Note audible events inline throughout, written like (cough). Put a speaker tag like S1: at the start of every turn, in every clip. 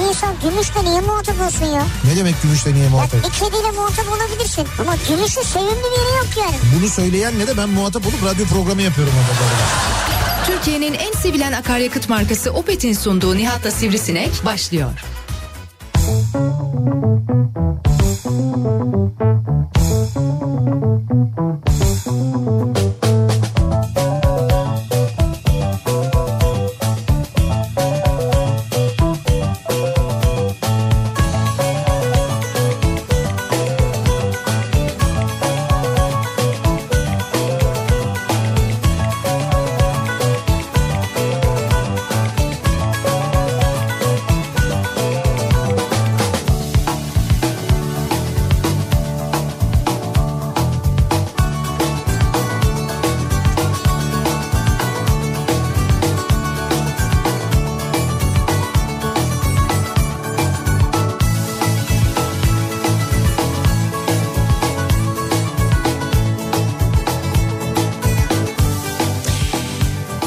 S1: Bir insan gümüşle niye muhatap olsun ya?
S2: Ne demek gümüşle niye
S1: Ya
S2: muhatap?
S1: bir kediyle muhatap olabilirsin. Ama gümüşün sevimli biri yok yani.
S2: Bunu söyleyen ne de ben muhatap olup radyo programı yapıyorum. orada bu arada.
S3: Türkiye'nin en sevilen akaryakıt markası Opet'in sunduğu Nihat'la Sivrisinek başlıyor.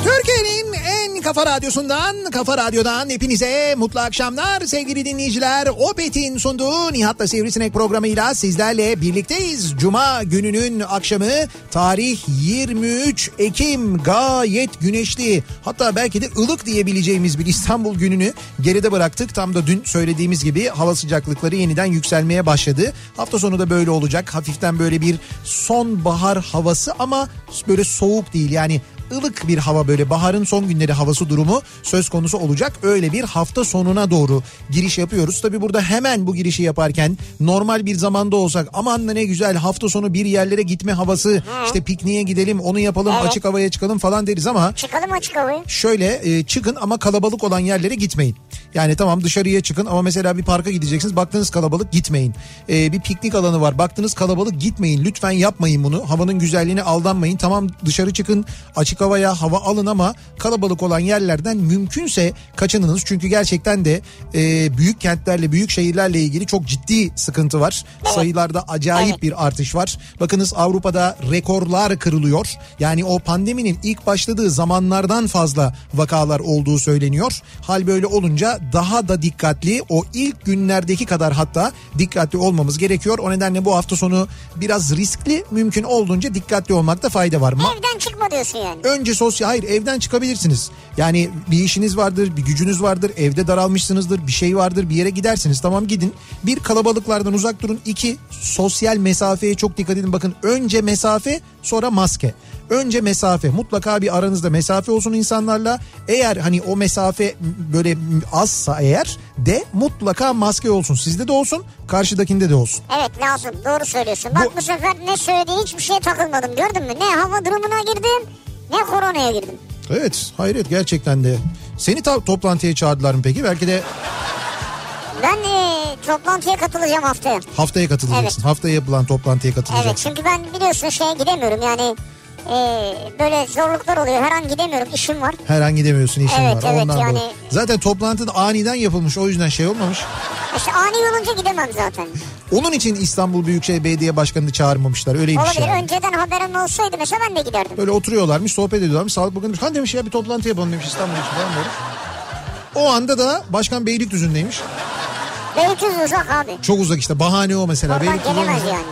S2: Türkiye'nin en kafa radyosundan, kafa radyodan hepinize mutlu akşamlar sevgili dinleyiciler. Opet'in sunduğu Nihat'la Sivrisinek programıyla sizlerle birlikteyiz. Cuma gününün akşamı tarih 23 Ekim gayet güneşli hatta belki de ılık diyebileceğimiz bir İstanbul gününü geride bıraktık. Tam da dün söylediğimiz gibi hava sıcaklıkları yeniden yükselmeye başladı. Hafta sonu da böyle olacak. Hafiften böyle bir sonbahar havası ama böyle soğuk değil yani ılık bir hava böyle baharın son günleri havası durumu söz konusu olacak. Öyle bir hafta sonuna doğru giriş yapıyoruz. Tabi burada hemen bu girişi yaparken normal bir zamanda olsak aman da ne güzel hafta sonu bir yerlere gitme havası işte pikniğe gidelim onu yapalım
S1: Evet.
S2: açık havaya çıkalım falan deriz ama
S1: Çıkalım açık havaya.
S2: şöyle e, çıkın ama kalabalık olan yerlere gitmeyin. Yani tamam dışarıya çıkın ama mesela bir parka gideceksiniz baktınız kalabalık gitmeyin. E, bir piknik alanı var baktınız kalabalık gitmeyin lütfen yapmayın bunu. Havanın güzelliğine aldanmayın tamam dışarı çıkın açık havaya hava alın ama kalabalık olan yerlerden mümkünse kaçınınız. Çünkü gerçekten de e, büyük kentlerle büyük şehirlerle ilgili çok ciddi sıkıntı var. Sayılarda acayip
S1: Evet.
S2: bir artış var. Bakınız Avrupa'da rekorlar kırılıyor. Yani o pandeminin ilk başladığı zamanlardan fazla vakalar olduğu söyleniyor. Hal böyle olunca daha da dikkatli o ilk günlerdeki kadar hatta dikkatli olmamız gerekiyor. O nedenle bu hafta sonu biraz riskli mümkün olduğunca dikkatli olmakta fayda var. Ma-
S1: Evden çıkma diyorsun yani.
S2: Önce sosyal hayır evden çıkabilirsiniz. Yani bir işiniz vardır, bir gücünüz vardır, evde daralmışsınızdır, bir şey vardır, bir yere gidersiniz. Tamam gidin. Bir kalabalıklardan uzak durun. İki sosyal mesafeye çok dikkat edin. Bakın önce mesafe sonra maske. Önce mesafe mutlaka bir aranızda mesafe olsun insanlarla. Eğer hani o mesafe böyle azsa eğer de mutlaka maske olsun. Sizde de olsun, karşıdakinde de olsun.
S1: Evet lazım doğru söylüyorsun. Bak
S2: Bu-
S1: bu, sefer ne söylediğin hiçbir şeye takılmadım gördün mü? Ne hava durumuna girdim ne koronaya girdim.
S2: Evet, hayret gerçekten de. Seni ta- toplantıya çağırdılar mı peki? Belki de
S1: Ben e, toplantıya katılacağım haftaya.
S2: Haftaya katılacaksın. Haftaya yapılan toplantıya
S1: Evet
S2: katılacaksın.
S1: çünkü ben biliyorsun şeye gidemiyorum yani e, böyle zorluklar oluyor. Her an gidemiyorum işim var.
S2: Her an gidemiyorsun işin
S1: Evet,
S2: var.
S1: evet,
S2: Ondan
S1: yani-
S2: dolayı. Zaten toplantı da aniden yapılmış o yüzden şey olmamış.
S1: İşte ani olunca gidemem zaten.
S2: Onun için İstanbul Büyükşehir Belediye Başkanı'nı çağırmamışlar. Öyle bir şey.
S1: Olabilir
S2: yani.
S1: önceden haberim olsaydı mesela ben de giderdim.
S2: Böyle oturuyorlarmış, sohbet ediyorlarmış. Sağlık Bakanı demiş, "Hani demiş ya bir toplantı yapalım demiş İstanbul için falan böyle. O anda da başkan Beylikdüzü'ndeymiş.
S1: Beylikdüzü uzak abi.
S2: Çok uzak işte. Bahane o mesela.
S1: Oradan
S2: Beylikdüzü
S1: gelemez
S2: olmasa-
S1: yani.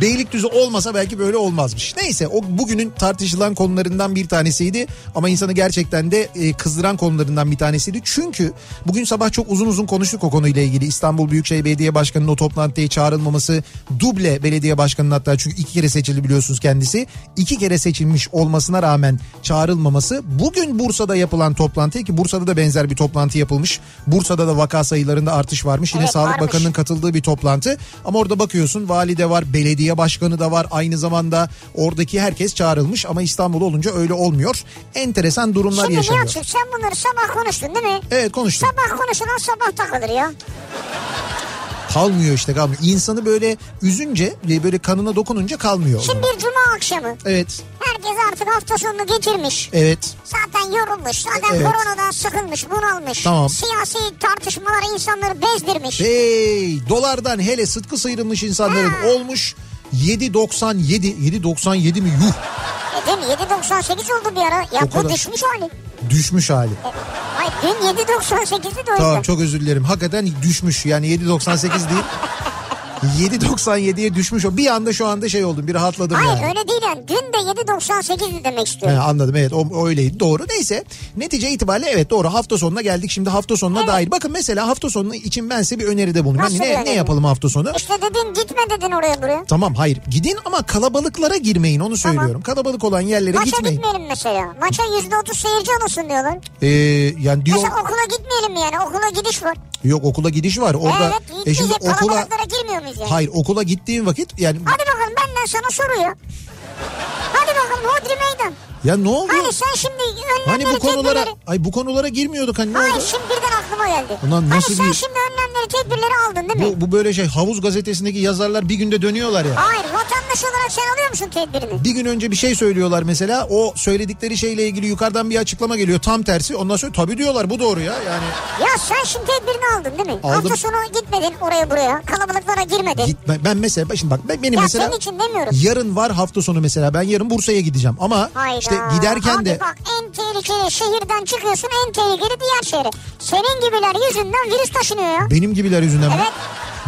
S2: Beylikdüzü olmasa belki böyle olmazmış. Neyse o bugünün tartışılan konularından bir tanesiydi ama insanı gerçekten de e, kızdıran konularından bir tanesiydi. Çünkü bugün sabah çok uzun uzun konuştuk o konuyla ilgili. İstanbul Büyükşehir Belediye Başkanı'nın o toplantıya çağrılmaması, duble belediye başkanının hatta çünkü iki kere seçildi biliyorsunuz kendisi. iki kere seçilmiş olmasına rağmen çağrılmaması bugün Bursa'da yapılan toplantıya ki Bursa'da da benzer bir toplantı yapılmış. Bursa'da da vaka sayılarında artış varmış. Yine
S1: Evet,
S2: Sağlık
S1: varmış.
S2: Bakanı'nın katıldığı bir toplantı. Ama orada bakıyorsun valide var, belediye belediye başkanı da var aynı zamanda oradaki herkes çağrılmış ama İstanbul olunca öyle olmuyor. Enteresan durumlar
S1: Şimdi
S2: yaşanıyor.
S1: Nihat'cığım sen bunları sabah konuştun değil mi?
S2: Evet konuştum.
S1: Sabah konuşulan sabah takılır ya.
S2: Kalmıyor işte kalmıyor. İnsanı böyle üzünce e, böyle kanına dokununca kalmıyor. o
S1: Şimdi
S2: zaman.
S1: bir cuma akşamı.
S2: Evet
S1: Herkes artık hafta sonunu geçirmiş.
S2: evet
S1: Zaten yorulmuş. Zaten
S2: Evet.
S1: koronadan sıkılmış, bunalmış.
S2: Tamam. E-
S1: Siyasi tartışmalar insanları bezdirmiş.
S2: Hey dolardan hele sıtkı sıyrılmış insanların
S1: Ha.
S2: olmuş 7.97 7.97 mi yuh
S1: E değil mi? 7.98 oldu bir ara. Ya
S2: O
S1: bu
S2: kadar.
S1: düşmüş hali.
S2: düşmüş hali.
S1: E, Ay dün 7.98'di de o
S2: Tamam
S1: yüzden.
S2: çok özür dilerim. Hakikaten düşmüş yani 7.98 değil. 7.97'ye düşmüş o. Bir anda şu anda şey oldum bir rahatladım
S1: Hayır
S2: yani.
S1: öyle değil yani. Dün de 7.98'di demek
S2: He,
S1: istiyorum.
S2: anladım evet o, o öyleydi doğru neyse netice itibariyle evet doğru hafta sonuna geldik şimdi hafta sonuna dair bakın mesela hafta sonu için ben size bir öneride bulunayım
S1: Nasıl
S2: Hani
S1: bir
S2: ne,
S1: öneri?
S2: ne yapalım hafta sonu
S1: İşte dedin gitme dedin oraya buraya.
S2: tamam hayır gidin ama kalabalıklara girmeyin onu söylüyorum kalabalık olan yerlere
S1: Maça
S2: gitmeyin
S1: gitmeyelim mesela. Maça %30 seyirci olursun diyorlar.
S2: Ee, yani diyor
S1: Mesela okula gitmeyelim yani. Okula gidiş var.
S2: Yok okula gidiş var. Orada
S1: evet
S2: e şimdi
S1: gitmeyecek.
S2: okula
S1: Kalabalıklara girmiyor muyuz yani?
S2: hayır okula gittiğim vakit yani
S1: Hadi bakalım benden sana soruyor. Hadi bakalım Hodri meydan.
S2: ya ne oluyor?
S1: Hani sen şimdi önlemleri
S2: Hani bu konulara
S1: tedbirleri...
S2: ay bu konulara girmiyorduk hani ne
S1: Hayır
S2: oldu?
S1: şimdi birden aklıma geldi.
S2: Ulan nasıl
S1: hani sen
S2: bir-
S1: şimdi önlemleri tedbirleri aldın değil mi?
S2: Bu, bu böyle şey havuz gazetesindeki yazarlar bir günde dönüyorlar ya.
S1: Hayır vatandaş olarak sen alıyor musun tedbirini?
S2: Bir gün önce bir şey söylüyorlar mesela o söyledikleri şeyle ilgili yukarıdan bir açıklama geliyor tam tersi ondan sonra tabii diyorlar bu doğru ya yani
S1: Ya sen şimdi tedbirini aldın değil mi?
S2: Aldım.
S1: Hafta sonu gitmedin oraya buraya. Kalabalıklara girmedin.
S2: gitme ben mesela şimdi bak ben, benim
S1: ya
S2: mesela
S1: senin için demiyorum.
S2: yarın var hafta sonu mesela ben yarın Bursa'ya gideceğim ama
S1: Hayda.
S2: işte giderken
S1: Abi
S2: de
S1: bak en tehlikeli şehirden çıkıyorsun en tehlikeli diğer şehre. Senin gibiler yüzünden virüs taşınıyor ya.
S2: benim gibiler yüzünden mi?
S1: Evet.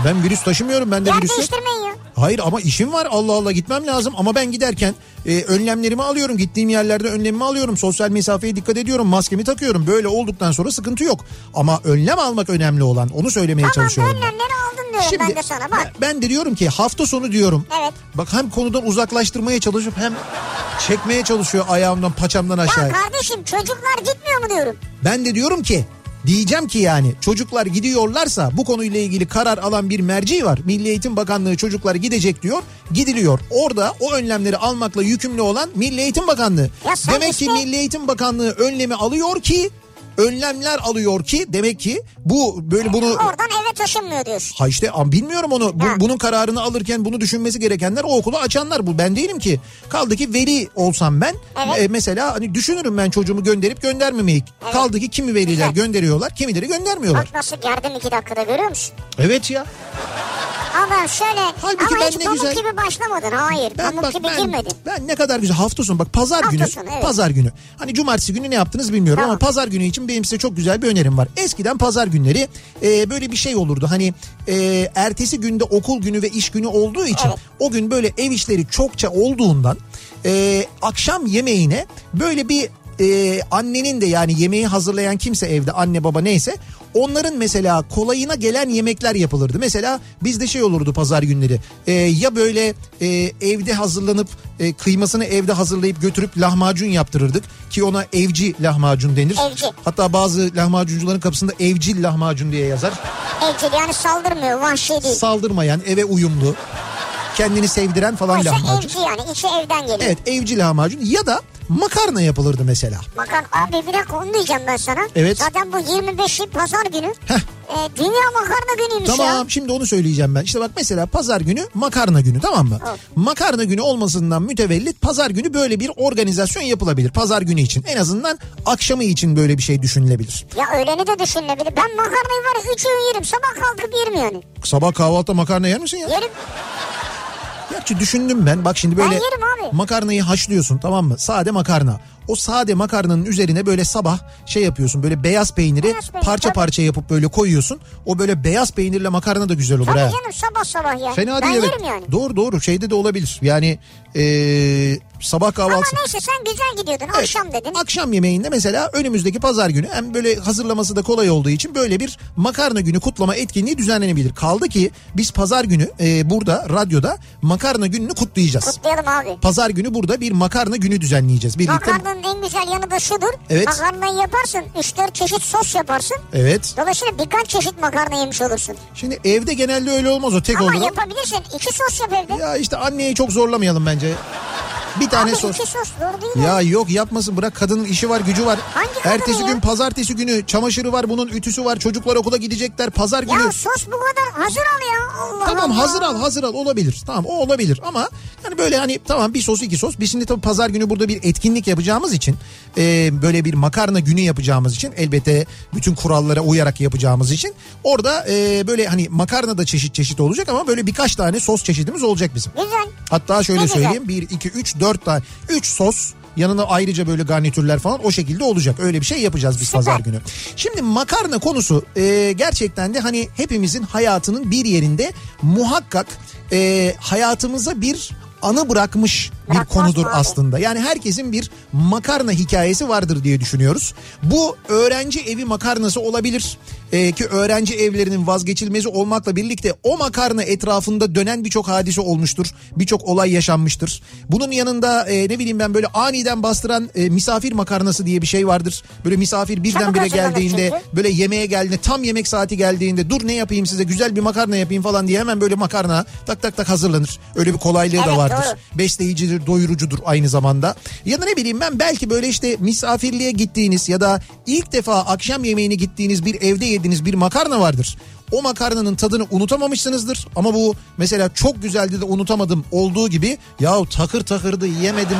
S2: ben virüs taşımıyorum ben de
S1: Yer
S2: virüs yok.
S1: değiştirmeyin ya.
S2: Hayır ama işim var Allah Allah gitmem lazım ama ben giderken e, önlemlerimi alıyorum gittiğim yerlerde önlemimi alıyorum sosyal mesafeye dikkat ediyorum maskemi takıyorum böyle olduktan sonra sıkıntı yok ama önlem almak önemli olan onu söylemeye
S1: Tamam
S2: çalışıyorum. ben.
S1: önlemleri aldın diyorum ben de sana bak.
S2: ben- ben de diyorum ki hafta sonu diyorum.
S1: Evet.
S2: Bak hem konudan uzaklaştırmaya çalışıp hem çekmeye çalışıyor ayağımdan paçamdan aşağıya.
S1: Ya kardeşim çocuklar gitmiyor mu diyorum.
S2: Ben de diyorum ki diyeceğim ki yani çocuklar gidiyorlarsa bu konuyla ilgili karar alan bir merci var. Milli Eğitim Bakanlığı çocuklar gidecek diyor. Gidiliyor. Orada o önlemleri almakla yükümlü olan Milli Eğitim Bakanlığı.
S1: Ya sen
S2: Demek
S1: işte-
S2: ki Milli Eğitim Bakanlığı önlemi alıyor ki önlemler alıyor ki demek ki bu böyle bunu
S1: Oradan eve taşınmıyor diyorsun.
S2: Ha işte ama bilmiyorum onu. Bu-
S1: Ha.
S2: bunun kararını alırken bunu düşünmesi gerekenler o okulu açanlar. Bu ben değilim ki. Kaldı ki veli olsam ben
S1: Evet.
S2: e, mesela hani düşünürüm ben çocuğumu gönderip göndermemeyi. Kaldı ki kimi veliler
S1: Güzel.
S2: gönderiyorlar, kimileri göndermiyorlar.
S1: Bak nasıl gerdim iki dakikada görüyor musun?
S2: Evet ya.
S1: Ama şöyle
S2: Halbuki
S1: ama
S2: ben
S1: hiç
S2: ne
S1: pamuk
S2: güzel-
S1: gibi başlamadın. Hayır
S2: Ben
S1: pamuk
S2: bak
S1: gibi
S2: ben,
S1: girmedin.
S2: ben ne kadar güzel hafta sonu bak pazar
S1: Hafta
S2: günü
S1: sonu, evet.
S2: pazar günü. Hani cumartesi günü ne yaptınız bilmiyorum
S1: Tamam.
S2: ama pazar günü için benim size çok güzel bir önerim var. Eskiden pazar günleri e, böyle bir şey olurdu. Hani e, ertesi günde okul günü ve iş günü olduğu için
S1: Evet.
S2: o gün böyle ev işleri çokça olduğundan e, akşam yemeğine böyle bir e, annenin de yani yemeği hazırlayan kimse evde anne baba neyse onların mesela kolayına gelen yemekler yapılırdı. Mesela bizde şey olurdu pazar günleri e, ya böyle e, evde hazırlanıp e, kıymasını evde hazırlayıp götürüp lahmacun yaptırırdık ki ona evci lahmacun denir.
S1: Evci.
S2: Hatta bazı lahmacuncuların kapısında evcil lahmacun diye yazar
S1: Evcil yani saldırmıyor vahşi değil.
S2: saldırmayan, eve uyumlu, kendini sevdiren falan
S1: Oysa
S2: lahmacun.
S1: evci yani içi evden geliyor.
S2: Evet evcil lahmacun ya da makarna yapılırdı mesela.
S1: Bakın abi bir dakika onu diyeceğim ben sana.
S2: Evet.
S1: Zaten bu 25'i pazar günü.
S2: Heh.
S1: E, dünya makarna günüymüş ya.
S2: Tamam şimdi onu söyleyeceğim ben. İşte bak mesela pazar günü makarna günü tamam mı?
S1: Evet.
S2: Makarna günü olmasından mütevellit pazar günü böyle bir organizasyon yapılabilir. Pazar günü için en azından akşamı için böyle bir şey düşünülebilir.
S1: Ya öğleni de düşünülebilir. Ben makarnayı var ya 3 öğün yerim. Sabah kalkıp yerim yani.
S2: Sabah kahvaltıda makarna yer misin ya?
S1: Yerim.
S2: Gerçi düşündüm ben. Bak şimdi böyle
S1: Ben yerim abi.
S2: makarnayı haşlıyorsun tamam mı? Sade makarna. O sade makarnanın üzerine böyle sabah şey yapıyorsun böyle beyaz peyniri
S1: Beyaz peynir,
S2: parça
S1: tabii.
S2: parça yapıp böyle koyuyorsun. O böyle beyaz peynirle makarna da güzel olur
S1: Tabii
S2: ha.
S1: canım sabah sabah ya.
S2: Fena
S1: ben
S2: değil evet.
S1: yerim yani.
S2: Doğru doğru şeyde de olabilir. Yani ee, sabah
S1: Ama
S2: kahvaltı.
S1: neyse sen güzel gidiyordun
S2: Evet.
S1: akşam dedin.
S2: Akşam yemeğinde mesela önümüzdeki pazar günü hem böyle hazırlaması da kolay olduğu için böyle bir makarna günü kutlama etkinliği düzenlenebilir. Kaldı ki biz pazar günü e, burada radyoda makarna gününü kutlayacağız.
S1: Kutlayalım abi.
S2: Pazar günü burada bir makarna günü düzenleyeceğiz birlikte.
S1: Makarnanın en güzel yanı da şudur.
S2: Evet.
S1: Makarnayı yaparsın 3-4 çeşit sos yaparsın.
S2: Evet.
S1: Dolayısıyla birkaç çeşit makarna yemiş olursun.
S2: Şimdi evde genelde öyle olmaz o tek
S1: Ama
S2: oldu.
S1: yapabilirsin. İki sos yap evde.
S2: Ya işte anneyi çok zorlamayalım bence. Bir tane
S1: Abi
S2: sos.
S1: iki sos doğru değil mi?
S2: Ya yok yapmasın bırak kadının işi var gücü var.
S1: Hangi kadının
S2: Ertesi
S1: ya?
S2: gün pazartesi günü çamaşırı var bunun ütüsü var çocuklar okula gidecekler pazar günü.
S1: Ya sos bu kadar hazır al ya. Allah
S2: Tamam
S1: Allah.
S2: hazır al hazır al olabilir. Tamam o olabilir ama yani böyle hani tamam bir sos iki sos. Biz şimdi tabii pazar günü burada bir etkinlik yapacağımız için e, böyle bir makarna günü yapacağımız için elbette bütün kurallara uyarak yapacağımız için orada e, böyle hani makarna da çeşit çeşit olacak ama böyle birkaç tane sos çeşidimiz olacak bizim.
S1: Güzel.
S2: Hatta şöyle
S1: Ne güzel.
S2: söyleyeyim 1, 2, 3, 4 tane 3 sos yanına ayrıca böyle garnitürler falan o şekilde olacak. Öyle bir şey yapacağız biz
S1: Süper.
S2: pazar günü. Şimdi makarna konusu e, gerçekten de hani hepimizin hayatının bir yerinde muhakkak e, hayatımıza bir anı bırakmış bir
S1: Bırakmaz
S2: konudur
S1: mı abi?
S2: aslında. Yani herkesin bir makarna hikayesi vardır diye düşünüyoruz. Bu öğrenci evi makarnası olabilir Ee, ki öğrenci evlerinin vazgeçilmezi olmakla birlikte o makarna etrafında dönen birçok hadise olmuştur. Birçok olay yaşanmıştır. Bunun yanında e, ne bileyim ben böyle aniden bastıran e, misafir makarnası diye bir şey vardır. Böyle misafir birdenbire
S1: hazırlanır
S2: geldiğinde
S1: çünkü.
S2: böyle yemeğe geldiğinde tam yemek saati geldiğinde dur ne yapayım size güzel bir makarna yapayım falan diye hemen böyle makarna tak tak tak hazırlanır. Öyle bir kolaylığı da
S1: Evet,
S2: vardır
S1: doğru.
S2: besleyicidir, doyurucudur aynı zamanda. Ya da ne bileyim ben belki böyle işte misafirliğe gittiğiniz ya da ilk defa akşam yemeğini gittiğiniz bir evde yediğiniz bir makarna vardır. O makarnanın tadını unutamamışsınızdır ama bu mesela çok güzeldi de unutamadım olduğu gibi yahu takır takırdı yiyemedim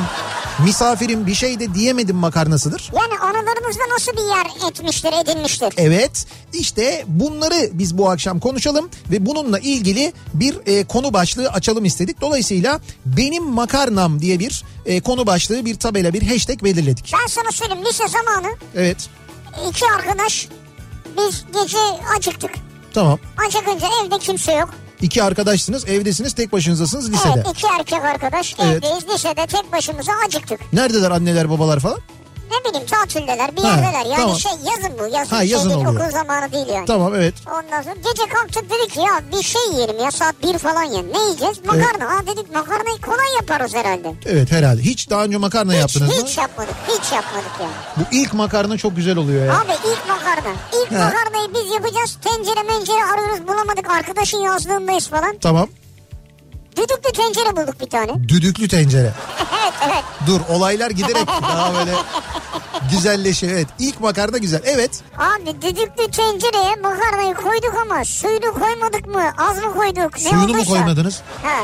S2: misafirim bir şey de diyemedim makarnasıdır.
S1: Yani anılarımızda nasıl bir yer etmiştir edinmiştir?
S2: Evet işte bunları biz bu akşam konuşalım ve bununla ilgili bir e, konu başlığı açalım istedik. Dolayısıyla benim makarnam diye bir e, konu başlığı bir tabela bir hashtag belirledik.
S1: Ben sana söyleyeyim lise zamanı
S2: Evet
S1: iki arkadaş biz gece acıktık.
S2: tamam
S1: Acıkınca evde kimse yok.
S2: iki arkadaşsınız evdesiniz tek başınızasınız lisede.
S1: Evet iki erkek arkadaş
S2: Evet.
S1: evdeyiz lisede tek başımıza acıktık.
S2: Neredeler anneler babalar falan?
S1: Ne bileyim tatildeler bir
S2: Ha,
S1: yerdeler yani
S2: tamam.
S1: şey yazın bu yazın,
S2: Ha, yazın
S1: şey değil,
S2: oluyor.
S1: okul zamanı değil yani.
S2: Tamam evet.
S1: Ondan sonra gece kalktık dedik ki ya bir şey yiyelim ya saat bir falan ya ne yiyeceğiz? Makarna ha dedik makarnayı kolay yaparız herhalde.
S2: Evet herhalde. Hiç daha önce makarna
S1: Hiç,
S2: yaptınız
S1: hiç
S2: mı?
S1: yapmadık hiç yapmadık yani.
S2: Bu ilk makarna çok güzel oluyor ya.
S1: Abi ilk makarna. İlk
S2: Ha.
S1: makarnayı biz yapacağız. Tencere mencere arıyoruz bulamadık. Arkadaşın yazdığındayız falan.
S2: Tamam.
S1: Düdüklü tencere bulduk bir tane.
S2: Düdüklü tencere.
S1: evet evet.
S2: Dur olaylar giderek daha böyle güzelleşiyor. Evet ilk makarna güzel. Evet.
S1: Abi düdüklü tencereye makarnayı koyduk ama suyunu koymadık mı? Az mı koyduk? Ne
S2: Suyunu mu
S1: olduysa.
S2: koymadınız?
S1: Ha.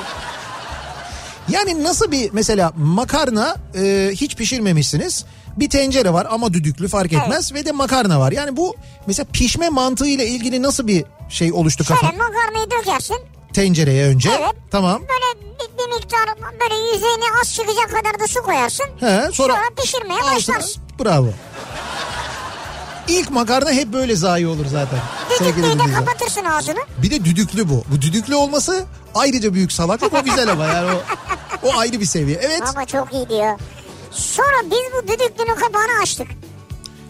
S2: Yani nasıl bir mesela makarna e, hiç pişirmemişsiniz. Bir tencere var ama düdüklü fark etmez ve de makarna var. Yani bu mesela pişme mantığıyla ilgili nasıl bir şey oluştu kafa?
S1: Şöyle makarnayı dökersin.
S2: Tencereye önce.
S1: Evet.
S2: Tamam.
S1: Böyle bir, bir miktar böyle yüzeyine az çıkacak kadar da su koyarsın.
S2: He, sonra
S1: pişirmeye
S2: altına-
S1: başlarsın.
S2: Bravo. İlk makarna hep böyle zayi olur zaten. sevgili
S1: Düdüklüyü de
S2: dinleyiciler.
S1: kapatırsın ağzını.
S2: Bir de düdüklü bu. Bu düdüklü olması ayrıca büyük salaklık. O güzel ama yani o, o ayrı bir seviye. Evet.
S1: Ama çok iyi diyor. Sonra biz bu düdüklünün kapağını açtık.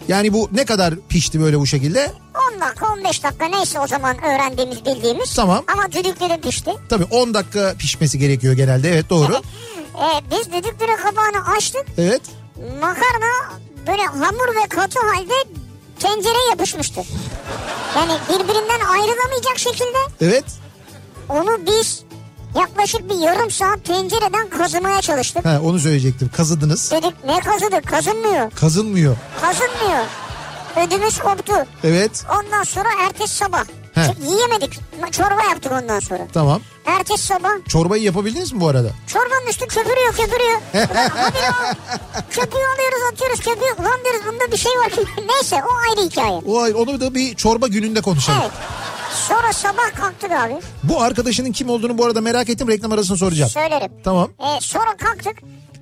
S2: Yani bu ne kadar pişti böyle bu şekilde?
S1: 10 dakika 15 dakika neyse o zaman öğrendiğimiz bildiğimiz.
S2: Tamam.
S1: Ama düdüklünün pişti.
S2: Tabii 10 dakika pişmesi gerekiyor genelde. Evet doğru.
S1: Ee, biz düdüklünün kapağını açtık.
S2: Evet.
S1: Makarna böyle hamur ve katı halde tencereye yapışmıştı. Yani birbirinden ayrılamayacak şekilde
S2: Evet.
S1: onu biz yaklaşık bir yarım saat tencereden kazımaya çalıştık.
S2: Ha, onu söyleyecektim. Kazıdınız.
S1: Dedik ne kazıdık kazınmıyor
S2: Kazınmıyor.
S1: kazınmıyor. Ödümüz koptu.
S2: Evet.
S1: Ondan sonra ertesi sabah.
S2: He.
S1: Çünkü Yiyemedik. Çorba yaptık ondan sonra.
S2: Tamam.
S1: Ertesi sabah
S2: Çorbayı yapabildiniz mi bu arada?
S1: Çorbanın üstü köpürüyor köpürüyor. Ulan haberi o. Köpüğü alıyoruz atıyoruz köpüğü. Ulan diyoruz bunda bir şey var (laughs) ki. Neyse o ayrı hikaye.
S2: O ay- onu da bir çorba gününde konuşalım.
S1: Evet. Sonra sabah kalktık abi.
S2: Bu arkadaşının kim olduğunu bu arada merak ettim. Reklam arasını soracağım.
S1: Söylerim.
S2: Tamam.
S1: Ee, sonra kalktık.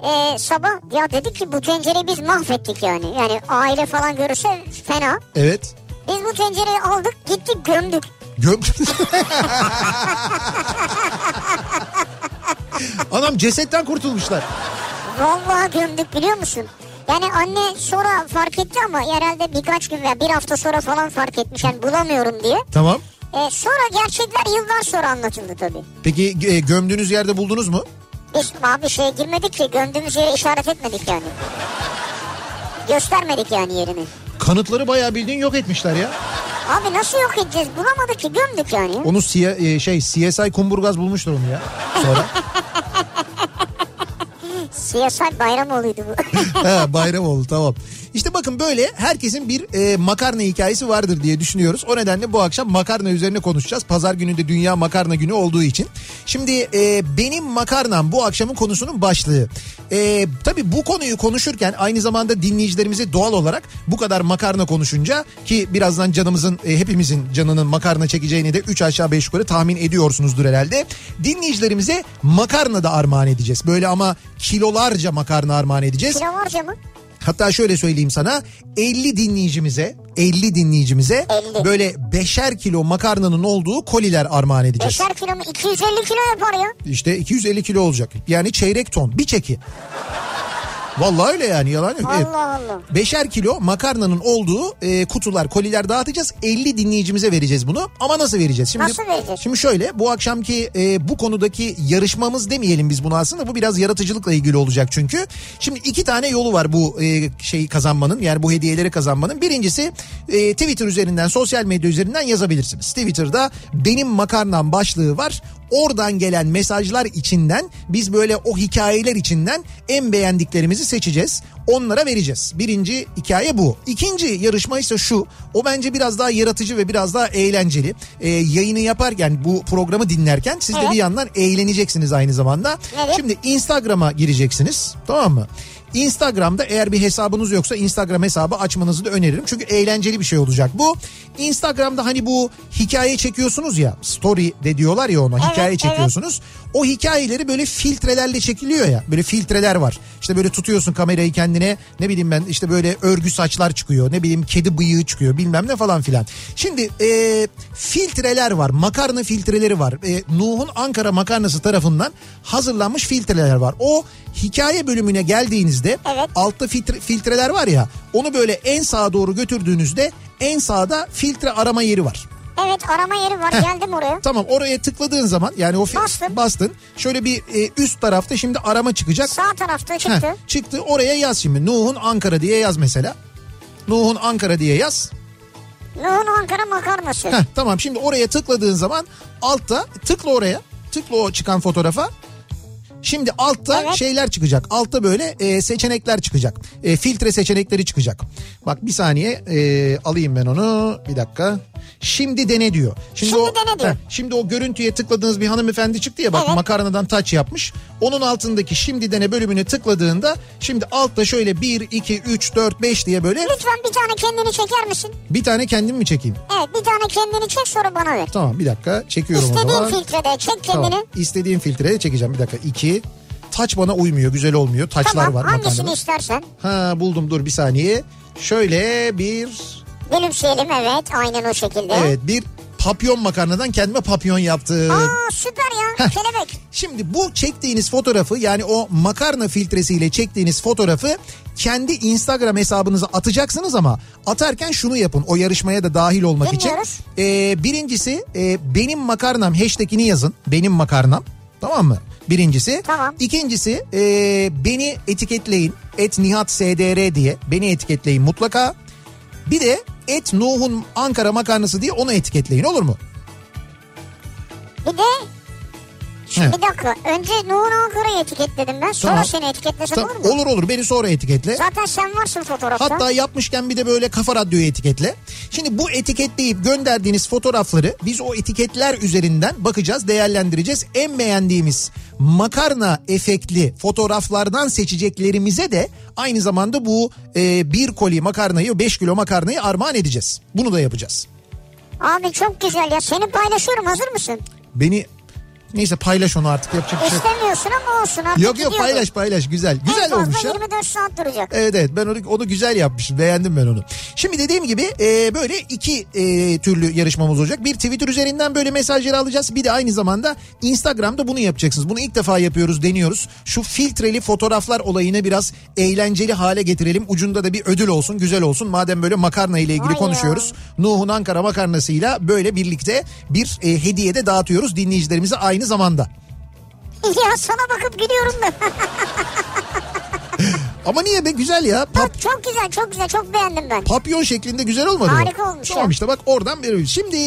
S1: Ee, sabah ya dedik ki bu tencereyi biz mahvettik yani. Yani aile falan görürse fena.
S2: Evet.
S1: Biz bu tencereyi aldık gittik gömdük.
S2: Göm... (laughs) Anam cesetten kurtulmuşlar.
S1: vallahi gömdük biliyor musun? Yani anne sonra fark etti ama herhalde birkaç gün veya bir hafta sonra falan fark etmiş. Yani bulamıyorum diye.
S2: Tamam.
S1: E, sonra gerçekler yıllar sonra anlatıldı tabii.
S2: Peki e, gömdüğünüz yerde buldunuz mu?
S1: Biz abi şeye girmedik ki gömdüğümüz yere işaret etmedik yani. Göstermedik yani yerini.
S2: Kanıtları bayağı bildiğin yok etmişler ya.
S1: Abi nasıl yok edeceğiz? Bulamadık ki gömdük yani.
S2: Onu siya- e, şey CSI Kumburgaz bulmuştur onu ya. Sonra.
S1: Siyasal Bayramoğlu'ydu
S2: (laughs)
S1: bu.
S2: He, bayram oldu tamam. İşte bakın böyle herkesin bir e, makarna hikayesi vardır diye düşünüyoruz. O nedenle bu akşam makarna üzerine konuşacağız. Pazar günü de Dünya Makarna Günü olduğu için. Şimdi e, benim makarnam bu akşamın konusunun başlığı. E, tabii bu konuyu konuşurken aynı zamanda dinleyicilerimize doğal olarak bu kadar makarna konuşunca ki birazdan canımızın e, hepimizin canının makarna çekeceğini de 3 aşağı 5 yukarı tahmin ediyorsunuzdur herhalde. Dinleyicilerimize makarna da armağan edeceğiz. Böyle ama kilolarca makarna armağan edeceğiz.
S1: Kilolarca mı?
S2: Hatta şöyle söyleyeyim sana 50 dinleyicimize 50 dinleyicimize
S1: 50.
S2: böyle beşer kilo makarnanın olduğu koliler armağan edeceğiz.
S1: Beşer kilo mu? 250 kilo yapar ya.
S2: İşte 250 kilo olacak. Yani çeyrek ton bir çeki. Vallahi öyle yani yalan yok. Evet.
S1: Allah Allah.
S2: Beşer kilo makarnanın olduğu e, kutular, koliler dağıtacağız. 50 dinleyicimize vereceğiz bunu. Ama nasıl vereceğiz? Şimdi,
S1: Nasıl vereceğiz?
S2: Şimdi şöyle bu akşamki e, bu konudaki yarışmamız demeyelim biz bunu aslında. Bu biraz yaratıcılıkla ilgili olacak çünkü. Şimdi iki tane yolu var bu e, şeyi kazanmanın yani bu hediyeleri kazanmanın. Birincisi e, Twitter üzerinden, sosyal medya üzerinden yazabilirsiniz. Twitter'da benim makarnam başlığı var. Oradan gelen mesajlar içinden biz böyle o hikayeler içinden en beğendiklerimizi seçeceğiz. Onlara vereceğiz. Birinci hikaye bu. İkinci yarışma ise şu. O bence biraz daha yaratıcı ve biraz daha eğlenceli. Ee, yayını yaparken bu programı dinlerken siz de
S1: Evet.
S2: bir yandan eğleneceksiniz aynı zamanda.
S1: Evet.
S2: Şimdi Instagram'a gireceksiniz tamam mı? Instagram'da eğer bir hesabınız yoksa Instagram hesabı açmanızı da öneririm. Çünkü eğlenceli bir şey olacak bu. Instagram'da hani bu hikaye çekiyorsunuz ya story de diyorlar ya ona hikaye
S1: evet.
S2: çekiyorsunuz. O hikayeleri böyle filtrelerle çekiliyor ya. Böyle filtreler var. İşte böyle tutuyorsun kamerayı kendine. Ne bileyim ben işte böyle örgü saçlar çıkıyor. Ne bileyim kedi bıyığı çıkıyor bilmem ne falan filan. Şimdi e, filtreler var. Makarna filtreleri var. E, Nuh'un Ankara makarnası tarafından hazırlanmış filtreler var. O hikaye bölümüne geldiğinizde
S1: Evet.
S2: altta filtre- filtreler var ya. Onu böyle en sağa doğru götürdüğünüzde en sağda filtre arama yeri var.
S1: Evet arama yeri var. Geldim oraya.
S2: Tamam oraya tıkladığın zaman yani o fi-
S1: Bastım.
S2: bastın. Şöyle bir e, üst tarafta şimdi arama çıkacak.
S1: Sağ tarafta
S2: Heh,
S1: çıktı.
S2: çıktı oraya yaz şimdi. Nuh'un Ankara diye yaz mesela. Nuh'un Ankara diye yaz.
S1: Nuh'un Ankara makarnası.
S2: Heh, tamam şimdi oraya tıkladığın zaman altta tıkla oraya. Tıkla o çıkan fotoğrafa. Şimdi altta
S1: Evet.
S2: şeyler çıkacak. Altta böyle e, seçenekler çıkacak. E, filtre seçenekleri çıkacak. Bak bir saniye e, alayım ben onu. Bir dakika. Şimdi dene diyor.
S1: Şimdi dene diyor.
S2: şimdi o görüntüye tıkladığınız bir hanımefendi çıktı ya bak
S1: Evet.
S2: makarnadan taç yapmış. Onun altındaki şimdi dene bölümüne tıkladığında şimdi altta şöyle 1, 2, 3, 4, 5 diye böyle
S1: Lütfen bir tane kendini çeker misin?
S2: bir tane kendim mi çekeyim?
S1: Evet bir tane kendini çek sonra bana ver.
S2: Tamam bir dakika çekiyorum o
S1: İstediğin
S2: zaman.
S1: filtrede çek kendini.
S2: Tamam. İstediğim filtreye çekeceğim. Bir dakika. iki. Taç bana uymuyor. Güzel olmuyor. Taçlar
S1: Tamam
S2: var.
S1: hangisini
S2: makarnada.
S1: istersen.
S2: Ha buldum dur bir saniye. Şöyle bir...
S1: Gülümseyelim evet aynen o şekilde.
S2: Evet bir papyon makarnadan kendime papyon yaptım.
S1: Aa süper ya
S2: Heh.
S1: kelebek.
S2: Şimdi bu çektiğiniz fotoğrafı yani o makarna filtresiyle çektiğiniz fotoğrafı kendi Instagram hesabınıza atacaksınız ama atarken şunu yapın o yarışmaya da dahil olmak
S1: Dinliyoruz.
S2: için. Ee, birincisi e, benim makarnam hashtagini yazın benim makarnam tamam mı? Birincisi.
S1: Tamam.
S2: İkincisi e, beni etiketleyin et Nihat SDR diye beni etiketleyin mutlaka. Bir de et Nuh'un Ankara makarnası diye onu etiketleyin olur mu?
S1: Bir de
S2: Evet.
S1: bir dakika önce Nuh'un Ankara'yı etiketledim ben sonra
S2: Tamam.
S1: seni etiketlesem
S2: Ta-
S1: olur mu?
S2: olur olur beni sonra etiketle.
S1: Zaten sen varsın fotoğrafta.
S2: Hatta yapmışken bir de böyle kafa radyoyu etiketle. Şimdi bu etiketleyip gönderdiğiniz fotoğrafları biz o etiketler üzerinden bakacağız, değerlendireceğiz. En beğendiğimiz makarna efektli fotoğraflardan seçeceklerimize de aynı zamanda bu e, bir koli makarnayı, 5 kilo makarnayı armağan edeceğiz. Bunu da yapacağız.
S1: Abi çok güzel ya seni paylaşıyorum hazır mısın?
S2: Beni Neyse paylaş onu artık yapacak bir şey. yok.
S1: İstemiyorsun ama olsun artık
S2: Yok yok
S1: gidiyordu.
S2: paylaş paylaş güzel.
S1: en
S2: Güzel
S1: fazla
S2: olmuş ya.
S1: 24 saat duracak. (laughs)
S2: Evet evet ben onu, onu güzel yapmışım beğendim ben onu. Şimdi dediğim gibi e, böyle iki e, türlü yarışmamız olacak. Bir Twitter üzerinden böyle mesajları alacağız. Bir de aynı zamanda Instagram'da bunu yapacaksınız. Bunu ilk defa yapıyoruz deniyoruz. Şu filtreli fotoğraflar olayını biraz eğlenceli hale getirelim. Ucunda da bir ödül olsun güzel olsun. Madem böyle makarna ile ilgili
S1: Vay ya.
S2: konuşuyoruz. Nuh'un Ankara makarnasıyla böyle birlikte bir e, hediye de dağıtıyoruz dinleyicilerimize aynı zamanda.
S1: ya sana bakıp gülüyorum ben.
S2: Ama niye be güzel ya. Pap-
S1: Bak çok güzel çok güzel çok beğendim ben.
S2: Papyon şeklinde güzel olmadı mı?
S1: Harika olmuş
S2: Tamam
S1: ya.
S2: işte bak oradan veriyoruz. Şimdi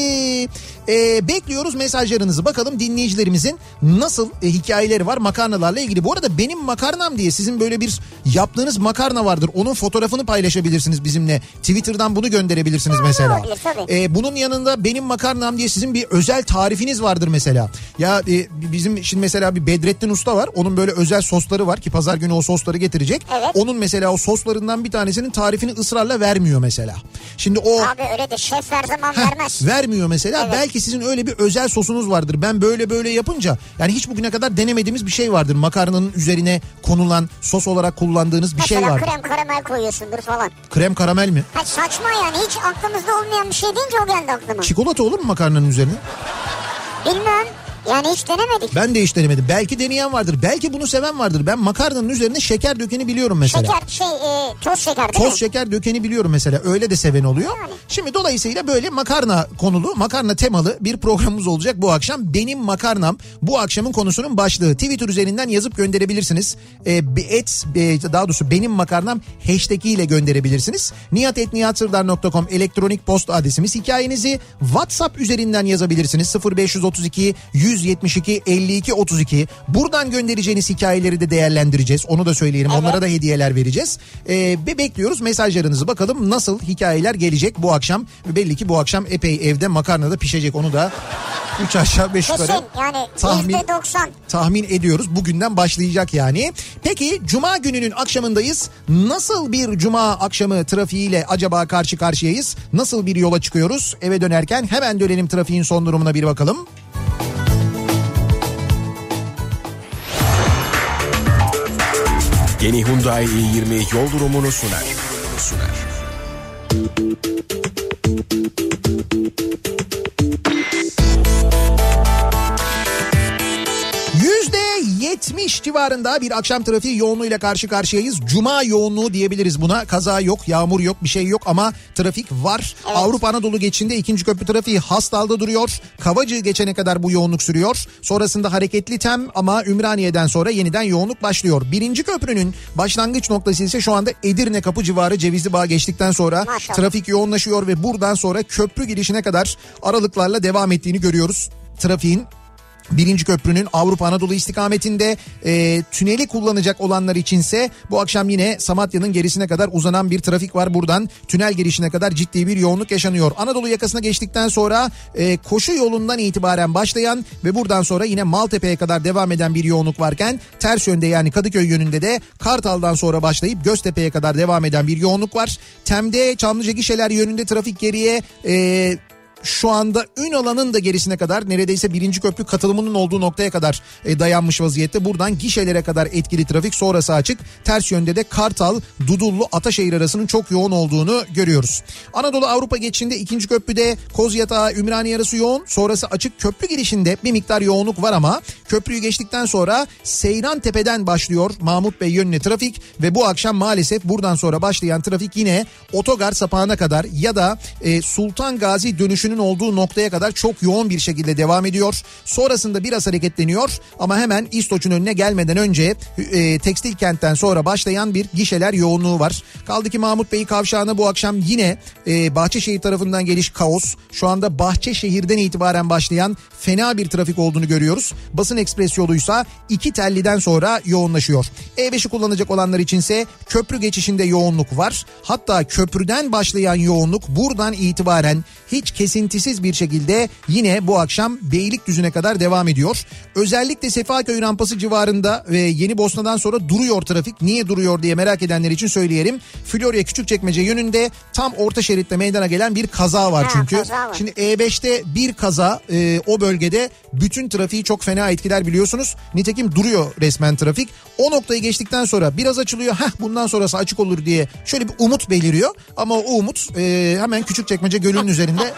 S2: e, bekliyoruz mesajlarınızı. Bakalım dinleyicilerimizin nasıl e, hikayeleri var makarnalarla ilgili. Bu arada benim makarnam diye sizin böyle bir yaptığınız makarna vardır. Onun fotoğrafını paylaşabilirsiniz bizimle. Twitter'dan bunu gönderebilirsiniz mesela.
S1: olabilir, tabii.
S2: E, bunun yanında benim makarnam diye sizin bir özel tarifiniz vardır mesela. Ya e, bizim şimdi mesela bir Bedrettin Usta var. Onun böyle özel sosları var ki pazar günü o sosları getirecek.
S1: Evet.
S2: Onun mesela o soslarından bir tanesinin tarifini ısrarla vermiyor mesela. Şimdi o
S1: Abi öyle de şef her zaman
S2: Heh, (laughs)
S1: vermez.
S2: vermiyor mesela.
S1: Evet.
S2: Belki sizin öyle bir özel sosunuz vardır. Ben böyle böyle yapınca yani hiç bugüne kadar denemediğimiz bir şey vardır. Makarnanın üzerine konulan sos olarak kullandığınız bir şey
S1: Mesela
S2: vardır.
S1: krem karamel koyuyorsundur falan.
S2: Krem karamel mi?
S1: Ha, saçma yani hiç aklımızda olmayan bir şey deyince o geldi aklıma.
S2: Çikolata olur mu makarnanın üzerine?
S1: Bilmem yani hiç denemedik.
S2: Ben de hiç denemedim. Belki deneyen vardır. Belki bunu seven vardır. Ben makarnanın üzerine şeker dökeni biliyorum mesela.
S1: Şeker şey e, toz şeker değil
S2: Toz
S1: mi?
S2: şeker dökeni biliyorum mesela. Öyle de seven oluyor.
S1: Yani.
S2: Şimdi dolayısıyla böyle makarna konulu, makarna temalı bir programımız olacak bu akşam. Benim makarnam bu akşamın konusunun başlığı. Twitter üzerinden yazıp gönderebilirsiniz. Ee, bir et e, daha doğrusu benim makarnam hashtag ile gönderebilirsiniz. niyatetniyatsırdar.com elektronik posta adresimiz. Hikayenizi WhatsApp üzerinden yazabilirsiniz. 0532 172 52 32. Buradan göndereceğiniz hikayeleri de değerlendireceğiz. Onu da söyleyelim. Onlara da hediyeler vereceğiz. Ee, be- bekliyoruz mesajlarınızı. Bakalım nasıl hikayeler gelecek bu akşam. Belli ki bu akşam epey evde makarna da pişecek. Onu da 3 aşağı 5 yukarı
S1: Kesin yani
S2: tahmin,
S1: yüzde doksan.
S2: tahmin ediyoruz. Bugünden başlayacak yani. Peki cuma gününün akşamındayız. Nasıl bir cuma akşamı trafiğiyle acaba karşı karşıyayız? Nasıl bir yola çıkıyoruz? Eve dönerken hemen dönelim trafiğin son durumuna bir bakalım.
S4: Yeni Hyundai i20 yol durumunu sunar.
S2: %70 civarında bir akşam trafiği yoğunluğuyla karşı karşıyayız. Cuma yoğunluğu diyebiliriz buna. Kaza yok, yağmur yok, bir şey yok ama trafik var. Avrupa Anadolu geçinde ikinci köprü trafiği Hastal'da duruyor. Kavacığı geçene kadar bu yoğunluk sürüyor. Sonrasında hareketli tem ama Ümraniye'den sonra yeniden yoğunluk başlıyor. Birinci köprünün başlangıç noktası ise şu anda Edirne kapı civarı Cevizli Bağ geçtikten sonra
S1: Maşallah.
S2: trafik yoğunlaşıyor ve buradan sonra köprü girişine kadar aralıklarla devam ettiğini görüyoruz. Trafiğin Birinci köprünün Avrupa Anadolu istikametinde e, tüneli kullanacak olanlar içinse bu akşam yine Samatya'nın gerisine kadar uzanan bir trafik var. Buradan tünel girişine kadar ciddi bir yoğunluk yaşanıyor. Anadolu yakasına geçtikten sonra e, koşu yolundan itibaren başlayan ve buradan sonra yine Maltepe'ye kadar devam eden bir yoğunluk varken ters yönde yani Kadıköy yönünde de Kartal'dan sonra başlayıp Göztepe'ye kadar devam eden bir yoğunluk var. Tem'de Çamlıca Gişeler yönünde trafik geriye e, şu anda Ünalan'ın da gerisine kadar neredeyse birinci köprü katılımının olduğu noktaya kadar e, dayanmış vaziyette. Buradan gişelere kadar etkili trafik sonrası açık. Ters yönde de Kartal, Dudullu, Ataşehir arasının çok yoğun olduğunu görüyoruz. Anadolu Avrupa geçişinde ikinci köprüde Kozyatağı, Ümraniye arası yoğun. Sonrası açık köprü girişinde bir miktar yoğunluk var ama köprüyü geçtikten sonra Seyran Tepe'den başlıyor Mahmut Bey yönüne trafik ve bu akşam maalesef buradan sonra başlayan trafik yine otogar sapağına kadar ya da e, Sultan Gazi dönüşünün olduğu noktaya kadar çok yoğun bir şekilde devam ediyor. Sonrasında biraz hareketleniyor ama hemen İstoç'un önüne gelmeden önce e, tekstil kentten sonra başlayan bir gişeler yoğunluğu var. Kaldı ki Mahmut Bey kavşağına bu akşam yine e, Bahçeşehir tarafından geliş kaos. Şu anda Bahçeşehir'den itibaren başlayan fena bir trafik olduğunu görüyoruz. Basın ekspres yoluysa iki telliden sonra yoğunlaşıyor. E5'i kullanacak olanlar içinse köprü geçişinde yoğunluk var. Hatta köprüden başlayan yoğunluk buradan itibaren hiç kesinti kesintisiz bir şekilde yine bu akşam Beylikdüzü'ne kadar devam ediyor. Özellikle Sefaköy rampası civarında ve Yeni Bosna'dan sonra duruyor trafik. Niye duruyor diye merak edenler için söyleyelim. Florya Küçükçekmece yönünde tam orta şeritte meydana gelen bir kaza var
S1: Ha,
S2: çünkü.
S1: kaza var.
S2: Şimdi E5'te bir kaza e, o bölgede bütün trafiği çok fena etkiler biliyorsunuz. Nitekim duruyor resmen trafik. O noktayı geçtikten sonra biraz açılıyor. Heh bundan sonrası açık olur diye şöyle bir umut beliriyor. Ama o umut e, hemen Küçükçekmece Gölü'nün üzerinde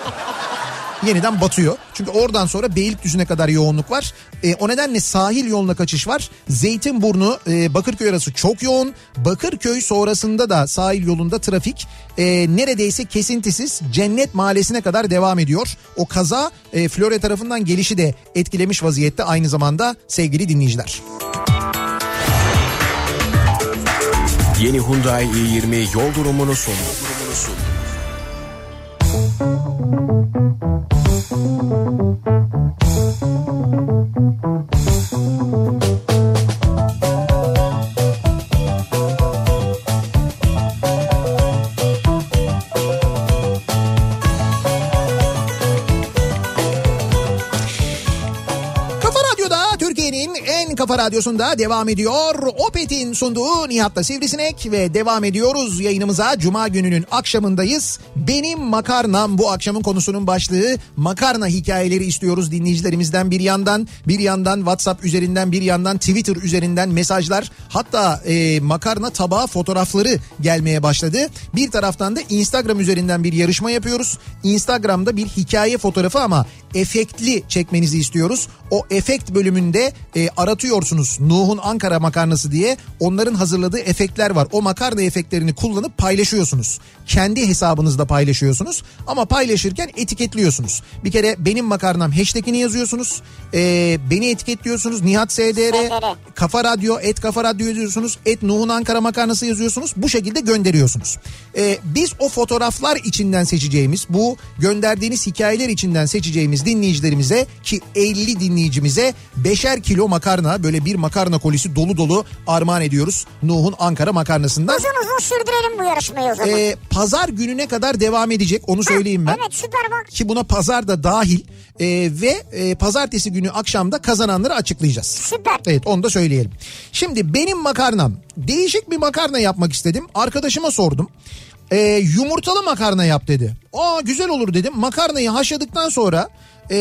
S2: yeniden batıyor. Çünkü oradan sonra Beylikdüzü'ne kadar yoğunluk var. E, o nedenle sahil yoluna kaçış var. Zeytinburnu, e, Bakırköy arası çok yoğun. Bakırköy sonrasında da sahil yolunda trafik e, neredeyse kesintisiz Cennet Mahallesi'ne kadar devam ediyor. O kaza e, Florya tarafından gelişi de etkilemiş vaziyette aynı zamanda sevgili dinleyiciler.
S4: Yeni Hyundai i20 yol durumunu sunar.
S2: Kafa Radyo'da Türkiye'nin en kafa radyosunda devam ediyor. Opet'in sunduğu Nihat'la Sivrisinek ve devam ediyoruz yayınımıza. Cuma gününün akşamındayız. Benim makarnam bu akşamın konusunun başlığı. Makarna hikayeleri istiyoruz dinleyicilerimizden bir yandan. Bir yandan WhatsApp üzerinden bir yandan Twitter üzerinden mesajlar. Hatta e, makarna tabağı fotoğrafları gelmeye başladı. Bir taraftan da Instagram üzerinden bir yarışma yapıyoruz. Instagram'da bir hikaye fotoğrafı ama efektli çekmenizi istiyoruz. O efekt bölümünde e, aratıyorsunuz Nuh'un Ankara makarnası diye onların hazırladığı efektler var. O makarna efektlerini kullanıp paylaşıyorsunuz. Kendi hesabınızda paylaşıyorsunuz ama paylaşırken etiketliyorsunuz. Bir kere benim makarnam hashtagini yazıyorsunuz. E, beni etiketliyorsunuz. Nihat SDR,
S1: SDR.
S2: Kafa Radyo, et Kafa Radyo yazıyorsunuz. Et Nuh'un Ankara makarnası yazıyorsunuz. Bu şekilde gönderiyorsunuz. Ee, biz o fotoğraflar içinden seçeceğimiz, bu gönderdiğiniz hikayeler içinden seçeceğimiz dinleyicilerimize ki 50 dinleyicimize beşer kilo makarna böyle bir makarna kolisi dolu dolu armağan ediyoruz. Nuh'un Ankara makarnasından.
S1: Uzun uzun sürdürelim bu yarışmayı o zaman.
S2: Ee, pazar gününe kadar devam edecek onu söyleyeyim ben
S1: Evet süper bak.
S2: ki buna pazar da dahil Ee, ve e, pazartesi günü akşamda kazananları açıklayacağız.
S1: Süper.
S2: Evet onu da söyleyelim. Şimdi benim makarnam değişik bir makarna yapmak istedim. Arkadaşıma sordum. Ee, yumurtalı makarna yap dedi. Aa güzel olur dedim. Makarnayı haşladıktan sonra e,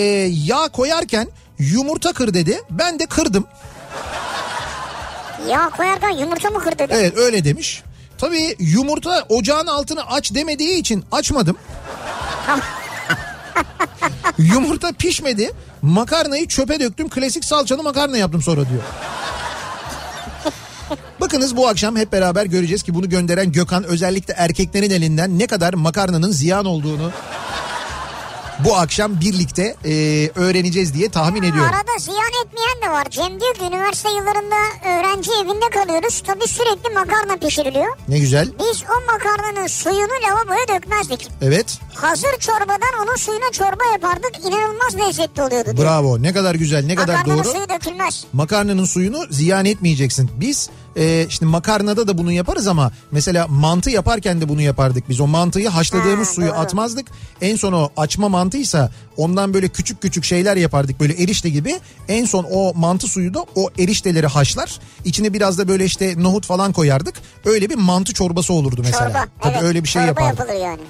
S2: yağ koyarken yumurta kır dedi. Ben de kırdım.
S1: Ya koyarken yumurta mı kırdı? dedi.
S2: Ee, Evet öyle demiş. Tabii yumurta ocağın altını aç demediği için açmadım. yumurta pişmedi. Makarnayı çöpe döktüm. Klasik salçalı makarna yaptım sonra diyor. Bakınız bu akşam hep beraber göreceğiz ki bunu gönderen Gökhan özellikle erkeklerin elinden ne kadar makarnanın ziyan olduğunu bu akşam birlikte eee, öğreneceğiz diye tahmin ediyorum.
S1: Arada ziyan etmeyen de var. Cem diyor ki üniversite yıllarında öğrenci evinde kalıyoruz. Tabii sürekli makarna pişiriliyor.
S2: Ne güzel.
S1: Biz o makarnanın suyunu lavaboya dökmezdik.
S2: Evet.
S1: Hazır çorbadan onun suyuna çorba yapardık. İnanılmaz lezzetli oluyordu. diyor.
S2: Bravo. Ne kadar güzel, ne kadar
S1: Makarnanın
S2: doğru.
S1: suyu dökülmez.
S2: makarnanın suyunu ziyan etmeyeceksin. Biz e, şimdi makarnada da bunu yaparız ama mesela mantı yaparken de bunu yapardık. Biz o mantıyı haşladığımız
S1: Ha,
S2: suyu
S1: doğru.
S2: atmazdık. En son o açma mantıysa ondan böyle küçük küçük şeyler yapardık böyle erişte gibi. En son o mantı suyu da o erişteleri haşlar. İçine biraz da böyle işte nohut falan koyardık. Öyle bir mantı çorbası olurdu mesela.
S1: Çorba.
S2: Tabii
S1: evet,
S2: öyle bir şey
S1: çorba
S2: yapardık.
S1: yapılır yani.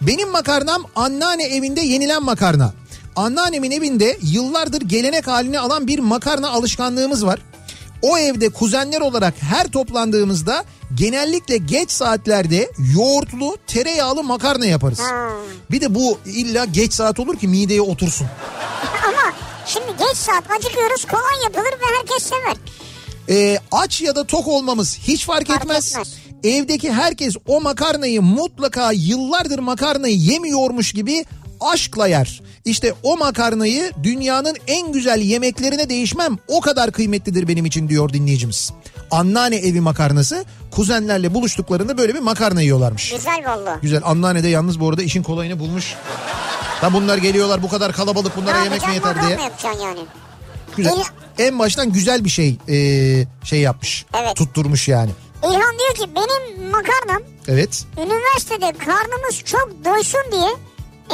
S2: Benim makarnam anneanne evinde yenilen makarna. Anneannemin evinde yıllardır gelenek halini alan bir makarna alışkanlığımız var. O evde kuzenler olarak her toplandığımızda genellikle geç saatlerde yoğurtlu tereyağlı makarna yaparız. Bir de bu illa geç saat olur ki mideye otursun.
S1: (laughs) Ama şimdi geç saat acıkıyoruz kolay yapılır ve herkes sever.
S2: Ee, aç ya da tok olmamız hiç fark
S1: Fark
S2: etmez.
S1: etmez.
S2: Evdeki herkes o makarnayı mutlaka yıllardır makarnayı yemiyormuş gibi aşkla yer. İşte o makarnayı dünyanın en güzel yemeklerine değişmem o kadar kıymetlidir benim için diyor dinleyicimiz. Anneanne evi makarnası kuzenlerle buluştuklarında böyle bir makarna yiyorlarmış.
S1: Güzel valla.
S2: Güzel anneanne de yalnız bu arada işin kolayını bulmuş. Da bunlar geliyorlar bu kadar kalabalık bunlara yemek mi yeter
S1: makarna
S2: diye.
S1: yapacaksın yani.
S2: Güzel. En baştan güzel bir şey e, şey yapmış.
S1: Evet.
S2: Tutturmuş yani.
S1: İlhan diyor ki benim makarnam
S2: Evet.
S1: üniversitede karnımız çok doysun diye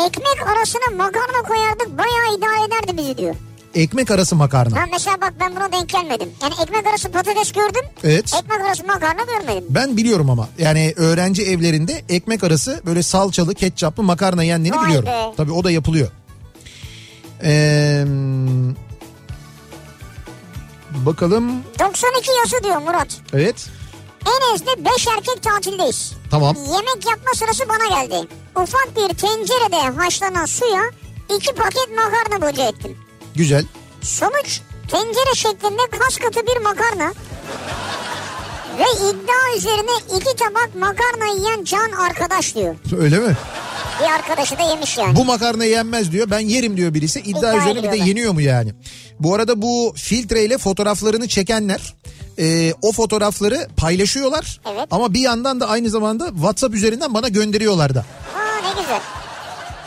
S1: Ekmek arasına makarna koyardık bayağı idare ederdi bizi diyor.
S2: Ekmek arası makarna.
S1: Lan mesela bak ben buna denk gelmedim. Yani ekmek arası patates gördüm.
S2: Evet.
S1: Ekmek arası makarna görmedim.
S2: Ben biliyorum ama yani öğrenci evlerinde ekmek arası böyle salçalı ketçaplı makarna yendiğini
S1: Vay
S2: biliyorum.
S1: be.
S2: Tabii o da yapılıyor. Ee, bakalım
S1: 92 yazı diyor Murat.
S2: evet
S1: En azde 5 erkek tatildeyiz.
S2: tamam
S1: Yemek yapma sırası bana geldi. Ufak bir tencerede haşlanan suya 2 paket makarna boca ettim.
S2: güzel.
S1: Sonuç tencere şeklinde kas katı bir makarna. Ve iddia üzerine iki tabak makarna yiyen can arkadaş diyor.
S2: Öyle mi?
S1: Bir arkadaşı da yemiş yani.
S2: Bu makarna yenmez diyor. Ben yerim diyor birisi. İddia
S1: İddia
S2: üzerine bir de
S1: ediyorlar.
S2: yeniyor mu yani? Bu arada bu filtreyle fotoğraflarını çekenler e, o fotoğrafları paylaşıyorlar.
S1: Evet.
S2: Ama bir yandan da aynı zamanda WhatsApp üzerinden bana gönderiyorlar da.
S1: Aa ne güzel.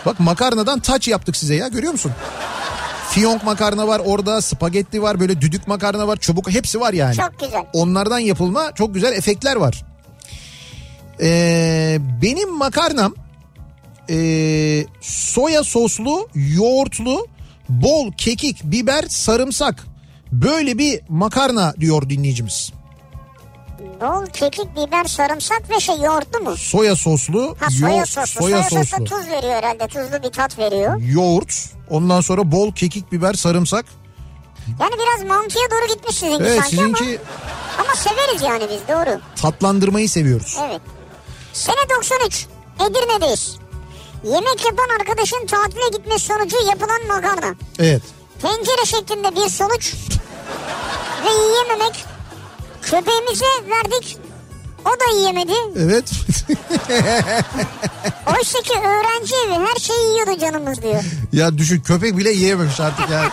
S2: Bak makarnadan taç yaptık size ya görüyor musun? Fiyonk makarna var orada, spagetti var, böyle düdük makarna var, çubuk hepsi var yani.
S1: Çok güzel.
S2: Onlardan yapılma çok güzel efektler var. Ee, benim makarnam ee, soya soslu, yoğurtlu, bol kekik, biber, sarımsak. Böyle bir makarna diyor dinleyicimiz.
S1: Bol kekik, biber, sarımsak ve şey yoğurtlu mu?
S2: Soya soslu,
S1: Ha soya
S2: yoğurt-
S1: soslu.
S2: soya
S1: Soya,
S2: soslu,
S1: sosu tuz veriyor herhalde. Tuzlu bir tat veriyor.
S2: yoğurt, ondan sonra bol kekik, biber, sarımsak.
S1: Yani biraz mantıya doğru gitmiş sizinki
S2: Evet
S1: sanki
S2: sizinki
S1: ama, ama severiz yani biz doğru.
S2: tatlandırmayı seviyoruz.
S1: Evet. Sene 93. Edirne'deyiz. Yemek yapan arkadaşın tatile gitmesi sonucu yapılan makarna.
S2: Evet.
S1: Tencere şeklinde bir sonuç ve yiyememek. Köpeğimize verdik. O da yiyemedi.
S2: Evet. (laughs)
S1: Oysa ki öğrenci evi her şeyi yiyordu canımız diyor.
S2: ya düşün köpek bile yiyememiş artık ya.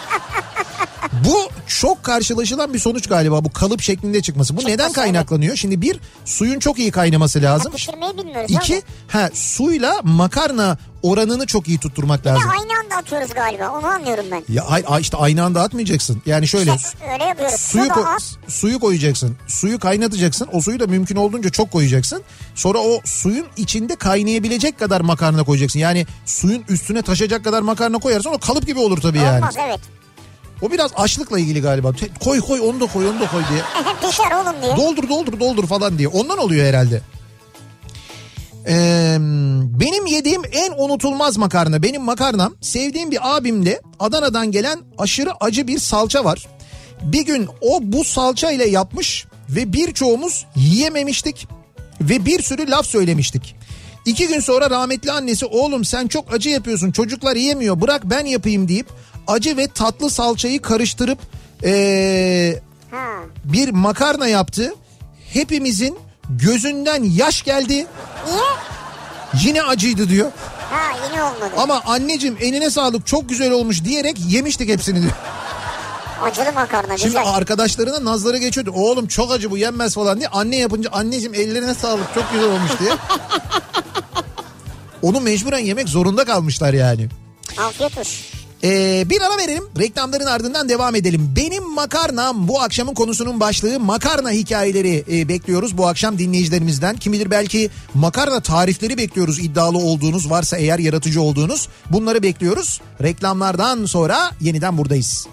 S2: Bu çok karşılaşılan bir sonuç galiba bu kalıp şeklinde çıkması. Bu neden
S1: Çıkması,
S2: kaynaklanıyor? Şimdi bir suyun çok iyi kaynaması lazım.
S1: Pişirmeyi bilmiyoruz
S2: İki
S1: ama.
S2: ha suyla makarna oranını çok iyi tutturmak lazım.
S1: Ya aynı anda atıyoruz galiba onu anlıyorum ben.
S2: Ya ay- ay- işte aynı anda atmayacaksın. Yani şöyle
S1: İşte öyle yapıyoruz.
S2: suyu
S1: Su da
S2: ko-
S1: az.
S2: suyu koyacaksın. Suyu kaynatacaksın. O suyu da mümkün olduğunca çok koyacaksın. Sonra o suyun içinde kaynayabilecek kadar makarna koyacaksın. Yani suyun üstüne taşacak kadar makarna koyarsan o kalıp gibi olur tabii yani.
S1: Olmaz evet. (laughs)
S2: O biraz açlıkla ilgili galiba. Te- Koy koy onu da koy onu da koy diye.
S1: Pişer oğlum diyor.
S2: Doldur doldur doldur falan diye. Ondan oluyor herhalde. Ee, benim yediğim en unutulmaz makarna. Benim makarnam sevdiğim bir abimde Adana'dan gelen aşırı acı bir salça var. Bir gün o bu salça ile yapmış ve birçoğumuz yiyememiştik ve bir sürü laf söylemiştik. İki gün sonra rahmetli annesi oğlum sen çok acı yapıyorsun çocuklar yiyemiyor bırak ben yapayım deyip acı ve tatlı salçayı karıştırıp ee,
S1: Ha.
S2: bir makarna yaptı. Hepimizin gözünden yaş geldi.
S1: Niye?
S2: Yine acıydı diyor.
S1: Ha yine olmadı.
S2: Ama anneciğim eline sağlık çok güzel olmuş diyerek yemiştik hepsini diyor.
S1: Acılı makarna
S2: Şimdi
S1: güzel.
S2: arkadaşlarına nazları geçiyordu. Oğlum çok acı bu yenmez falan diye. Anne yapınca anneciğim ellerine sağlık çok güzel olmuş
S1: (laughs)
S2: diye. Onu mecburen yemek zorunda kalmışlar yani.
S1: Afiyet olsun.
S2: Ee, bir ara verelim. Reklamların ardından devam edelim. Benim makarnam bu akşamın konusunun başlığı makarna hikayeleri e, bekliyoruz bu akşam dinleyicilerimizden. Kim bilir belki makarna tarifleri bekliyoruz iddialı olduğunuz varsa eğer yaratıcı olduğunuz. Bunları bekliyoruz. Reklamlardan sonra yeniden buradayız.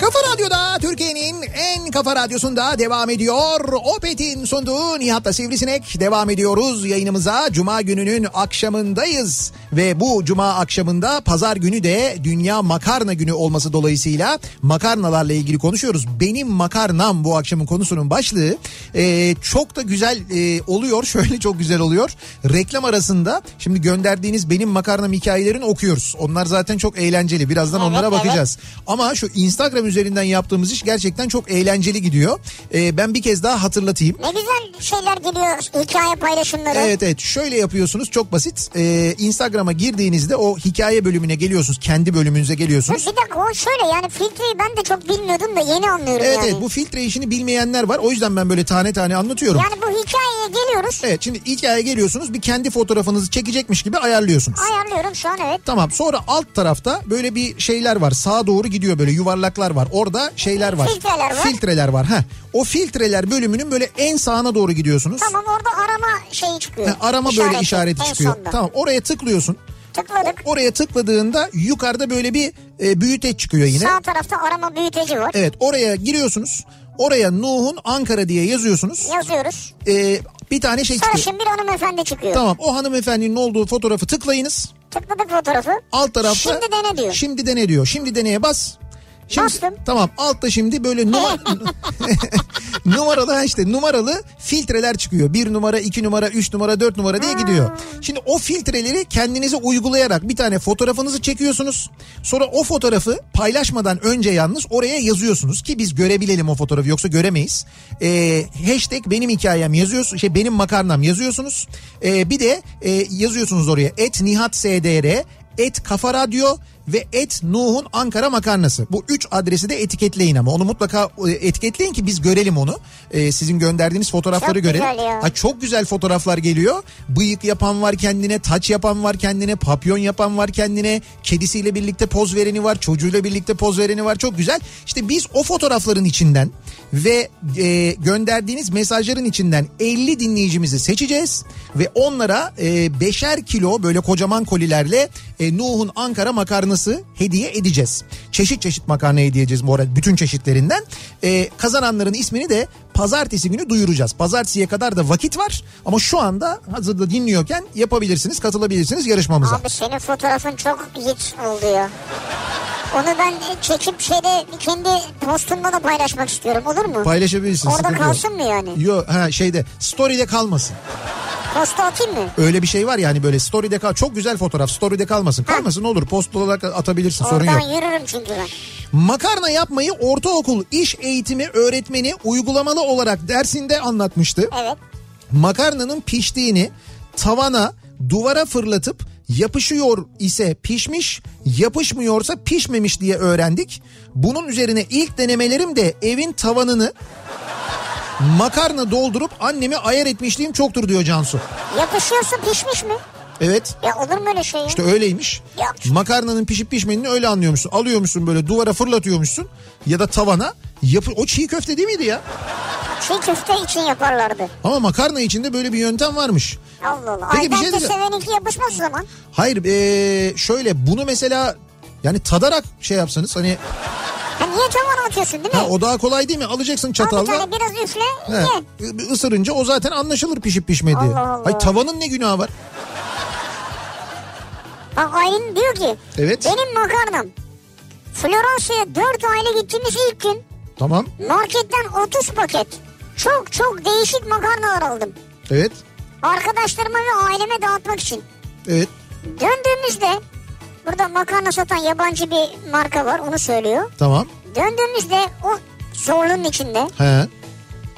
S2: Kafa Radyo'da Türkiye'nin en kafa radyosunda devam ediyor. Opet'in sunduğu Nihat'la Sivrisinek devam ediyoruz yayınımıza. Cuma gününün akşamındayız ve bu cuma akşamında pazar günü de Dünya Makarna Günü olması dolayısıyla makarnalarla ilgili konuşuyoruz. Benim makarnam bu akşamın konusunun başlığı. Ee, çok da güzel e, oluyor. (laughs) Şöyle çok güzel oluyor. Reklam arasında şimdi gönderdiğiniz benim makarnam hikayelerini okuyoruz. Onlar zaten çok eğlenceli. Birazdan
S1: Evet,
S2: onlara
S1: evet.
S2: bakacağız yapacağız. Ama şu Instagram üzerinden yaptığımız iş gerçekten çok eğlenceli gidiyor. E, ben bir kez daha hatırlatayım.
S1: Ne güzel şeyler geliyor hikaye paylaşımları.
S2: Evet evet şöyle yapıyorsunuz çok basit. Ee, Instagram'a girdiğinizde o hikaye bölümüne geliyorsunuz. Kendi bölümünüze
S1: Ha,
S2: geliyorsunuz.
S1: Bir dakika o şöyle yani filtreyi ben de çok bilmiyordum da yeni anlıyorum
S2: Evet
S1: yani.
S2: evet bu filtre işini bilmeyenler var. O yüzden ben böyle tane tane anlatıyorum.
S1: Yani bu hikayeye geliyoruz.
S2: Evet şimdi hikayeye geliyorsunuz bir kendi fotoğrafınızı çekecekmiş gibi ayarlıyorsunuz.
S1: Ayarlıyorum şu an evet.
S2: Tamam sonra alt tarafta böyle bir şeyler var. Sağa doğru gidiyor böyle yuvarlaklar var. Orada şeyler var.
S1: Filtreler var.
S2: Filtreler var. Heh. O filtreler bölümünün böyle en sağına doğru gidiyorsunuz.
S1: Tamam orada arama şeyi çıkıyor.
S2: Ha, arama böyle işareti
S1: en
S2: çıkıyor.
S1: sonda.
S2: Tamam oraya tıklıyorsun.
S1: Tıkladık.
S2: Oraya tıkladığında yukarıda böyle bir e, büyüteç çıkıyor yine.
S1: Sağ tarafta arama büyüteci var.
S2: Evet oraya giriyorsunuz. Oraya Nuh'un Ankara diye yazıyorsunuz.
S1: Yazıyoruz.
S2: E, bir tane şey çıkıyor.
S1: Sarışın bir hanımefendi çıkıyor.
S2: Tamam o hanımefendinin olduğu fotoğrafı tıklayınız.
S1: Tıkladık fotoğrafı.
S2: Alt tarafta.
S1: Şimdi dene diyor.
S2: Şimdi dene diyor. Şimdi deneye bas. Şimdi,
S1: Bastım.
S2: Tamam altta şimdi böyle
S1: (laughs)
S2: numara, (laughs) numaralı ha işte numaralı filtreler çıkıyor. Bir numara, iki numara, üç numara, dört numara diye gidiyor. Şimdi o filtreleri kendinize uygulayarak bir tane fotoğrafınızı çekiyorsunuz. Sonra o fotoğrafı paylaşmadan önce yalnız oraya yazıyorsunuz ki biz görebilelim o fotoğrafı yoksa göremeyiz. Ee, hashtag benim hikayem yazıyorsunuz. Şey benim makarnam yazıyorsunuz. Ee, bir de e, yazıyorsunuz oraya et Nihat SDR et Kafa Radyo ve et Nuh'un Ankara Makarnası. Bu üç adresi de etiketleyin ama onu mutlaka e, etiketleyin ki biz görelim onu. Ee, sizin gönderdiğiniz fotoğrafları
S1: Çok
S2: görelim.
S1: güzel ya.
S2: Ha, çok güzel fotoğraflar geliyor. Bıyık yapan var kendine, taç yapan var kendine, papyon yapan var kendine, kedisiyle birlikte poz vereni var, çocuğuyla birlikte poz vereni var. Çok güzel. İşte biz o fotoğrafların içinden ve e, gönderdiğiniz mesajların içinden 50 dinleyicimizi seçeceğiz ve onlara e, beşer kilo böyle kocaman kolilerle e, Nuh'un Ankara makarnası hediye edeceğiz. Çeşit çeşit makarna hediye edeceğiz bu arada bütün çeşitlerinden. E, kazananların ismini de pazartesi günü duyuracağız. Pazartesiye kadar da vakit var ama şu anda hazırda dinliyorken yapabilirsiniz, katılabilirsiniz yarışmamıza.
S1: Abi senin fotoğrafın çok hiç oldu ya. Onu ben çekip şeyde kendi postumda da paylaşmak istiyorum olur mu?
S2: Paylaşabilirsiniz.
S1: Orada
S2: sıkıntı yok.
S1: kalsın mı yani?
S2: Yok ha şeyde story'de kalmasın.
S1: Posta atayım mı?
S2: Öyle bir şey var yani böyle story'de kal. Çok güzel fotoğraf story'de kalmasın. Kalmasın olur post olarak atabilirsin sorun
S1: Oradan
S2: yok.
S1: yürürüm çünkü ben.
S2: Makarna yapmayı ortaokul iş eğitimi öğretmeni uygulamalı olarak dersinde anlatmıştı.
S1: Evet.
S2: Makarnanın piştiğini tavana duvara fırlatıp yapışıyor ise pişmiş yapışmıyorsa pişmemiş diye öğrendik. Bunun üzerine ilk denemelerim de evin tavanını makarna doldurup annemi ayar etmişliğim çoktur diyor Cansu.
S1: Yapışıyorsa pişmiş mi?
S2: Evet.
S1: Ya olur mu öyle şey ya?
S2: İşte öyleymiş.
S1: Yok.
S2: Makarnanın pişip pişmediğini öyle anlıyormuşsun. Alıyormuşsun böyle duvara fırlatıyormuşsun ya da tavana. Yapı o çiğ köfte değil miydi ya?
S1: Çiğ köfte için yaparlardı.
S2: Ama makarna içinde böyle bir yöntem varmış.
S1: Allah Allah.
S2: Peki
S1: Ay
S2: bir
S1: ben
S2: şey
S1: de
S2: diyeceğim.
S1: seveninki yapışmaz o zaman.
S2: Hayır ee, şöyle bunu mesela yani tadarak şey yapsanız hani
S1: Ha niye tavana atıyorsun değil mi?
S2: ha, o daha kolay değil mi? Alacaksın
S1: Al bir
S2: çatalla.
S1: tane biraz üfle
S2: He,
S1: ye.
S2: ısırınca o zaten anlaşılır pişip pişmediği.
S1: Allah Allah.
S2: Hayır tavanın ne günahı var?
S1: Bak Aylin diyor ki
S2: Evet.
S1: benim makarnam Floransa'ya 4 aile gittiğimiz ilk gün
S2: Tamam.
S1: marketten 30 paket çok çok değişik makarnalar aldım.
S2: Evet.
S1: Arkadaşlarıma ve aileme dağıtmak için.
S2: Evet.
S1: Döndüğümüzde burada makarna satan yabancı bir marka var onu söylüyor.
S2: Tamam.
S1: Döndüğümüzde o zorluğun içinde
S2: He.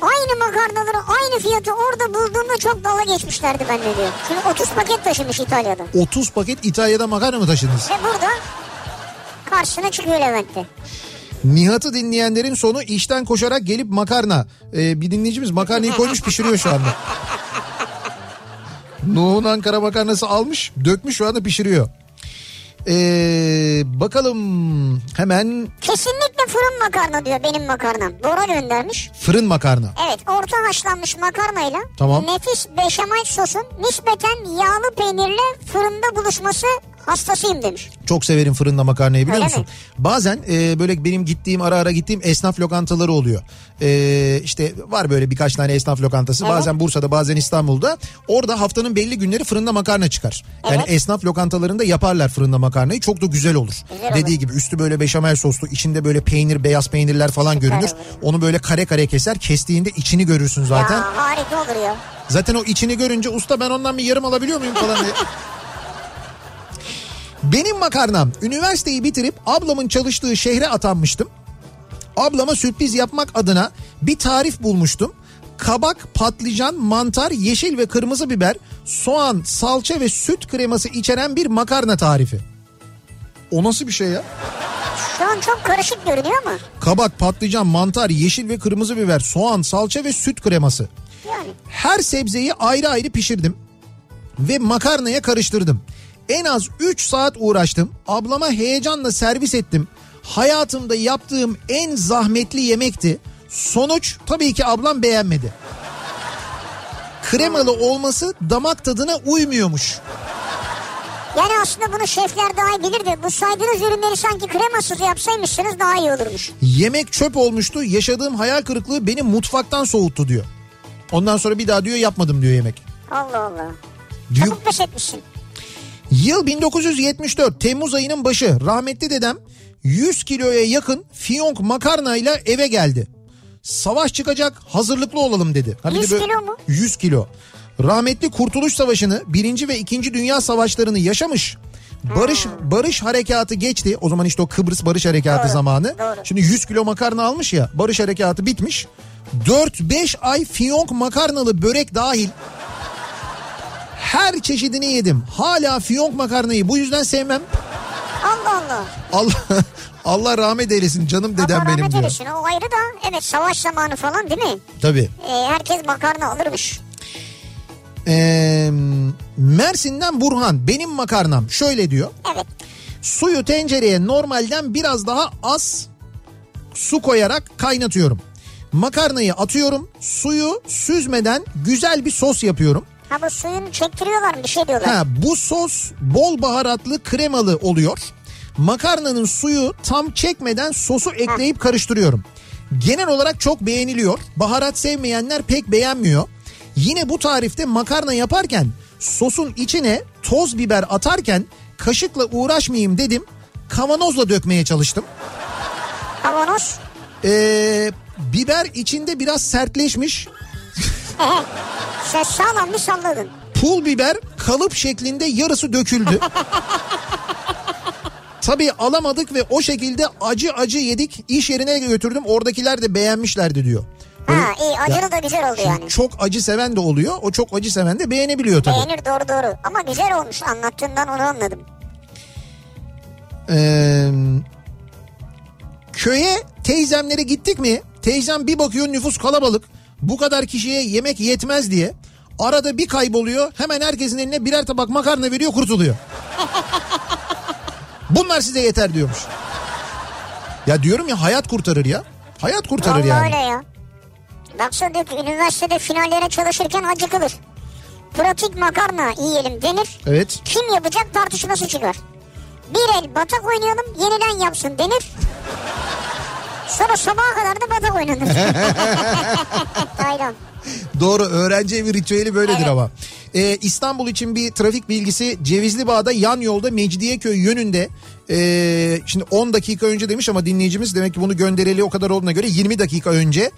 S1: aynı makarnaları aynı fiyatı orada bulduğumda çok dalga geçmişlerdi benimle diyor. Şimdi 30 paket taşımış İtalya'dan.
S2: 30 paket İtalya'da makarna mı taşıdınız?
S1: Ve burada karşına çıkıyor Levent'te.
S2: Nihat'ı dinleyenlerin sonu işten koşarak gelip makarna. Ee, bir dinleyicimiz makarnayı koymuş pişiriyor şu anda. Nuh'un Ankara makarnası almış dökmüş şu anda pişiriyor. Ee, bakalım hemen
S1: Kesinlikle fırın makarna diyor benim makarnam. Bora göndermiş.
S2: fırın makarna.
S1: Evet orta haşlanmış makarnayla
S2: Tamam.
S1: nefis beşamel sosun nispeten yağlı peynirle fırında buluşması hastasıyım demiş.
S2: Çok severim fırında makarnayı biliyor
S1: Öyle
S2: musun?
S1: mi?
S2: Bazen e, böyle benim gittiğim ara ara gittiğim esnaf lokantaları oluyor. E, işte var böyle birkaç tane esnaf lokantası.
S1: Evet.
S2: Bazen Bursa'da bazen İstanbul'da. Orada haftanın belli günleri fırında makarna çıkar. Yani
S1: Evet.
S2: esnaf lokantalarında yaparlar fırında makarnayı. Çok da güzel olur.
S1: Güzel olur.
S2: Dediği gibi üstü böyle beşamel soslu içinde böyle peynir beyaz peynirler falan görünür.
S1: olur.
S2: Onu böyle kare kare keser. Kestiğinde içini görürsün zaten.
S1: Ya harika olur ya.
S2: Zaten o içini görünce usta ben ondan bir yarım alabiliyor muyum falan diye. Benim makarnam üniversiteyi bitirip ablamın çalıştığı şehre atanmıştım. Ablama sürpriz yapmak adına bir tarif bulmuştum. Kabak, patlıcan, mantar, yeşil ve kırmızı biber, soğan, salça ve süt kreması içeren bir makarna tarifi. O nasıl bir şey ya?
S1: Şu an çok karışık görünüyor ama.
S2: Kabak, patlıcan, mantar, yeşil ve kırmızı biber, soğan, salça ve süt kreması.
S1: Yani
S2: Her sebzeyi ayrı ayrı pişirdim ve makarnaya karıştırdım. En az 3 saat uğraştım. Ablama heyecanla servis ettim. Hayatımda yaptığım en zahmetli yemekti. Sonuç tabii ki ablam beğenmedi. Kremalı olması damak tadına uymuyormuş.
S1: yani aslında bunu şefler daha iyi bilir de bu saydığınız ürünleri sanki kremasız yapsaymışsınız daha iyi olurmuş.
S2: Yemek çöp olmuştu. Yaşadığım hayal kırıklığı beni mutfaktan soğuttu diyor. Ondan sonra bir daha diyor yapmadım diyor yemek.
S1: Allah Allah.
S2: Diyor,
S1: Çabuk pes etmişsin.
S2: Yıl 1974 Temmuz ayının başı rahmetli dedem 100 kiloya yakın fiyonk makarnayla eve geldi. Savaş çıkacak hazırlıklı olalım dedi. Ha bir de
S1: 100
S2: böyle-
S1: kilo mu?
S2: 100 kilo. Rahmetli Kurtuluş Savaşı'nı 1. ve 2. Dünya Savaşları'nı yaşamış. Barış Barış Harekatı geçti. O zaman işte o Kıbrıs Barış Harekatı zamanı.
S1: Hmm. doğru.
S2: Şimdi 100 kilo makarna almış ya. Barış Harekatı bitmiş. 4-5 ay fiyonk makarnalı börek dahil her çeşidini yedim. Hala fiyonk makarnayı bu yüzden sevmem.
S1: Allah Allah.
S2: Allah (laughs) Allah rahmet eylesin canım dedem
S1: Allah
S2: benim
S1: rahmet
S2: diyor.
S1: eylesin. O ayrı da evet savaş zamanı falan değil mi?
S2: Tabii.
S1: Ee, herkes makarna alırmış.
S2: Ee, Mersin'den Burhan benim makarnam şöyle diyor.
S1: Evet.
S2: Suyu tencereye normalden biraz daha az su koyarak kaynatıyorum. Makarnayı atıyorum. Suyu süzmeden güzel bir sos yapıyorum.
S1: Ha bu suyunu çektiriyorlar mı bir şey diyorlar.
S2: Ha, bu sos bol baharatlı kremalı oluyor. Makarnanın suyu tam çekmeden sosu ekleyip karıştırıyorum. Genel olarak çok beğeniliyor. Baharat sevmeyenler pek beğenmiyor. Yine bu tarifte makarna yaparken sosun içine toz biber atarken kaşıkla uğraşmayayım dedim. Kavanozla dökmeye çalıştım.
S1: Kavanoz.
S2: Ee, biber içinde biraz sertleşmiş.
S1: Ehe. Sen sağlam bir salladın.
S2: Pul biber kalıp şeklinde yarısı döküldü. Tabii alamadık ve o şekilde acı acı yedik. İş yerine götürdüm. Oradakiler de beğenmişlerdi diyor. Böyle-
S1: Ha iyi acılı da güzel oldu yani.
S2: Çok acı seven de oluyor. O çok acı seven de beğenebiliyor tabii.
S1: Beğenir doğru doğru. Ama güzel olmuş anlattığından onu anladım.
S2: Ee, köye teyzemlere gittik mi? Teyzem bir bakıyor nüfus kalabalık. Bu kadar kişiye yemek yetmez diye. Arada bir kayboluyor. Hemen herkesin eline birer tabak makarna veriyor
S1: (laughs)
S2: kurtuluyor. Bunlar size yeter diyormuş. Ya diyorum ya hayat kurtarır ya. Hayat kurtarır
S1: Vallahi
S2: yani.
S1: öyle ya. Baksana diyor ki üniversitede finallere çalışırken acıkılır. Pratik makarna yiyelim denir.
S2: Evet.
S1: Kim yapacak tartışması çıkar. Bir el batak oynayalım yeniden yapsın denir. Sonra sabaha kadar da batak
S2: (laughs)
S1: oynanır. Taylan.
S2: Doğru öğrenci evi ritüeli böyledir
S1: Evet.
S2: ama. Ee, İstanbul için bir trafik bilgisi Cevizli Bağ'da yan yolda Mecidiyeköy yönünde ee, şimdi 10 dakika önce demiş ama dinleyicimiz demek ki bunu göndereli o kadar olduğuna göre 20 dakika önce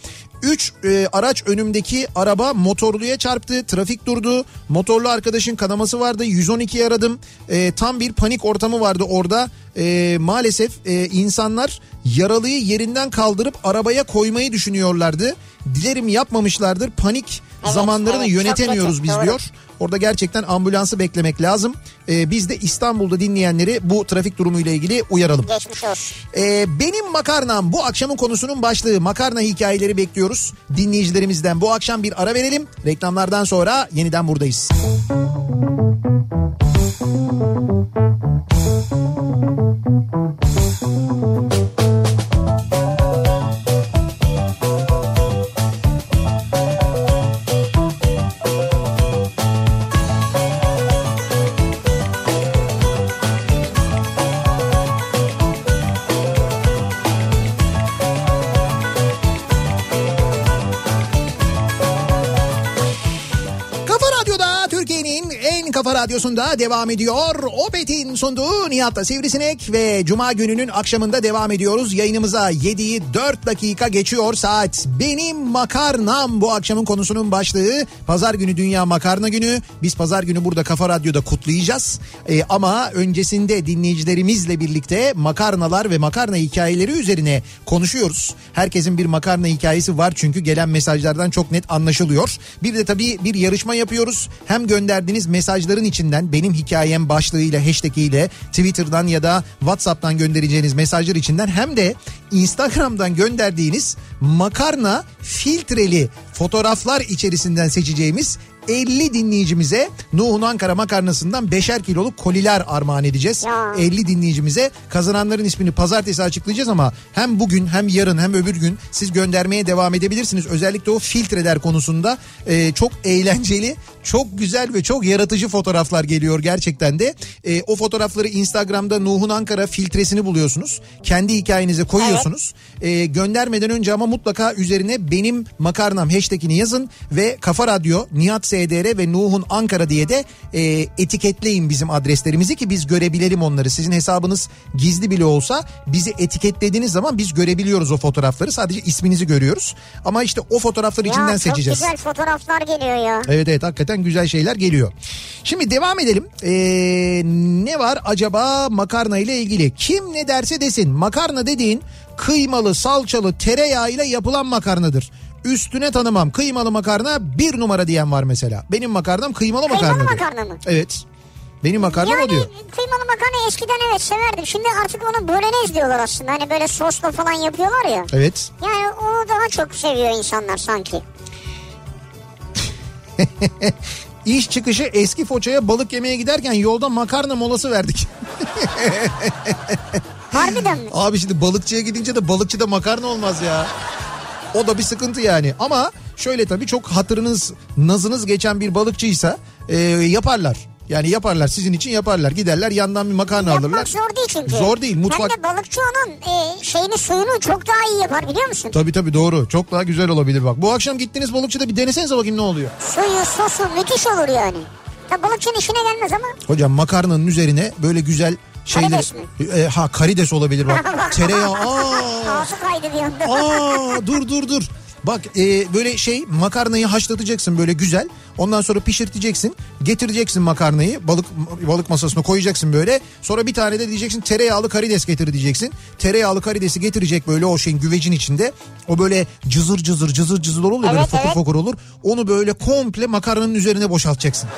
S2: 3 araç önümdeki araba motorluya çarptı trafik durdu motorlu arkadaşın kanaması vardı 112'yi aradım Ee, tam bir panik ortamı vardı orada Ee, maalesef e, insanlar yaralıyı yerinden kaldırıp arabaya koymayı düşünüyorlardı dilerim yapmamışlardır panik
S1: Evet,
S2: zamanlarını
S1: evet, çok
S2: yönetemiyoruz
S1: kötü,
S2: biz
S1: doğru.
S2: diyor. Orada gerçekten ambulansı beklemek lazım. Ee, biz de İstanbul'da dinleyenleri bu trafik durumuyla ilgili uyaralım.
S1: Geçmiş olsun.
S2: Ee, benim makarnam bu akşamın konusunun başlığı makarna hikayeleri bekliyoruz. Dinleyicilerimizden bu akşam bir ara verelim. Reklamlardan sonra yeniden buradayız. Kafa Radyo'da Türkiye'nin Kafa Radyosu'nda devam ediyor. Opet'in sunduğu Nihat'la Sivrisinek ve Cuma gününün akşamında devam ediyoruz. Yayınımıza 7'yi 4 dakika geçiyor saat. Benim makarnam bu akşamın konusunun başlığı. Pazar günü Dünya Makarna Günü. Biz pazar günü burada Kafa Radyo'da kutlayacağız. Ee, ama öncesinde dinleyicilerimizle birlikte makarnalar ve makarna hikayeleri üzerine konuşuyoruz. Herkesin bir makarna hikayesi var çünkü gelen mesajlardan çok net anlaşılıyor. Bir de tabii bir yarışma yapıyoruz. Hem gönderdiğiniz mesajların içinden benim hikayem başlığıyla hashtag'iyle Twitter'dan ya da WhatsApp'tan göndereceğiniz mesajlar içinden hem de Instagram'dan gönderdiğiniz makarna filtreli fotoğraflar içerisinden seçeceğimiz 50 dinleyicimize Nuh'un Ankara makarnasından 5'er kiloluk koliler armağan edeceğiz.
S1: Ya.
S2: 50 dinleyicimize kazananların ismini pazartesi açıklayacağız ama hem bugün hem yarın hem öbür gün siz göndermeye devam edebilirsiniz. Özellikle o filtreler konusunda e, çok eğlenceli, çok güzel ve çok yaratıcı fotoğraflar geliyor gerçekten de. E, o fotoğrafları Instagram'da Nuh'un Ankara filtresini buluyorsunuz. Kendi hikayenize koyuyorsunuz. E, göndermeden önce ama mutlaka üzerine benim makarnam hashtagini yazın ve Kafa Radyo, Nihat SDR ve Nuh'un Ankara diye de e, etiketleyin bizim adreslerimizi ki biz görebilelim onları. Sizin hesabınız gizli bile olsa bizi etiketlediğiniz zaman biz görebiliyoruz o fotoğrafları. Sadece isminizi görüyoruz. Ama işte o fotoğrafları
S1: Ya
S2: içinden
S1: çok
S2: seçeceğiz. E,
S1: güzel fotoğraflar geliyor ya.
S2: Evet evet hakikaten güzel şeyler geliyor. Şimdi devam edelim. Ee, ne var acaba makarna ile ilgili? Kim ne derse desin makarna dediğin kıymalı salçalı tereyağıyla yapılan makarnadır. Üstüne tanımam kıymalı makarna bir numara diyen var mesela. Benim makarnam kıymalı,
S1: Kıymalı
S2: makarna.
S1: makarna mı?
S2: Evet. Benim makarnam
S1: Yani
S2: o diyor.
S1: kıymalı makarna eskiden evet severdim. Şimdi artık onu bolognese diyorlar aslında. Hani böyle sosla falan yapıyorlar ya.
S2: Evet.
S1: Yani onu daha çok seviyor insanlar sanki.
S2: İş çıkışı eski Foça'ya balık yemeye giderken yolda makarna molası verdik.
S1: (laughs) Harbiden mi?
S2: Abi şimdi balıkçıya gidince de balıkçıda makarna olmaz ya. O da bir sıkıntı yani. Ama şöyle tabii çok hatırınız, nazınız geçen bir balıkçıysa e, yaparlar. Yani yaparlar sizin için yaparlar. Giderler yandan bir makarna
S1: Yapmak
S2: alırlar.
S1: zor değil çünkü.
S2: Zor değil, mutfak-
S1: Hem de balıkçı onun e, şeyini suyunu çok daha iyi yapar biliyor musun?
S2: Tabii tabii doğru. Çok daha güzel olabilir bak. Bu akşam gittiniz balıkçıda bir denesenize bakayım ne oluyor.
S1: Suyu sosu müthiş olur yani. Ya balıkçının işine gelmez ama
S2: Hocam makarnanın üzerine böyle güzel şeyler...
S1: Karides
S2: E, ha karides olabilir bak. Tereyağı. Aa.
S1: ağzı kaydı bir anda.
S2: Aa dur dur dur. Bak e, böyle şey makarnayı haşlatacaksın böyle güzel. Ondan sonra pişirteceksin. Getireceksin makarnayı balık balık masasına koyacaksın böyle. Sonra bir tane de diyeceksin tereyağlı karides getir diyeceksin. Tereyağlı karidesi getirecek böyle o şeyin güvecin içinde. O böyle cızır cızır cızır cızır olur ya böyle
S1: Evet,
S2: fokur
S1: evet.
S2: fokur olur. Onu böyle komple makarnanın üzerine boşaltacaksın.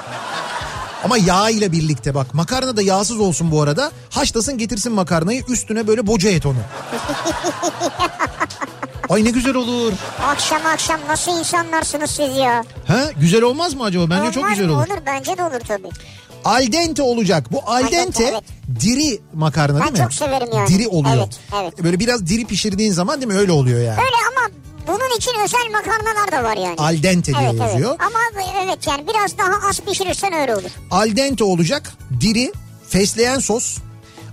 S2: Ama yağ ile birlikte bak makarna da yağsız olsun bu arada. Haşlasın getirsin makarnayı üstüne böyle boca et onu. Ay ne güzel olur.
S1: Akşam akşam nasıl insanlarsınız siz ya?
S2: Ha güzel olmaz mı acaba? Bence çok
S1: Olmaz
S2: güzel
S1: mı?
S2: olur.
S1: Olur bence de olur tabii.
S2: Al dente olacak. Bu al
S1: Al dente,
S2: dente
S1: evet.
S2: diri makarna değil
S1: Ben
S2: mi?
S1: çok severim yani.
S2: Diri oluyor.
S1: Evet, evet.
S2: Böyle biraz diri pişirdiğin zaman değil mi öyle oluyor yani.
S1: Öyle ama bunun için özel makarnalar da var yani.
S2: Al dente diye
S1: evet,
S2: yazıyor.
S1: Evet. Ama evet yani biraz daha az pişirirsen öyle olur.
S2: Al dente olacak. Diri, fesleğen sos,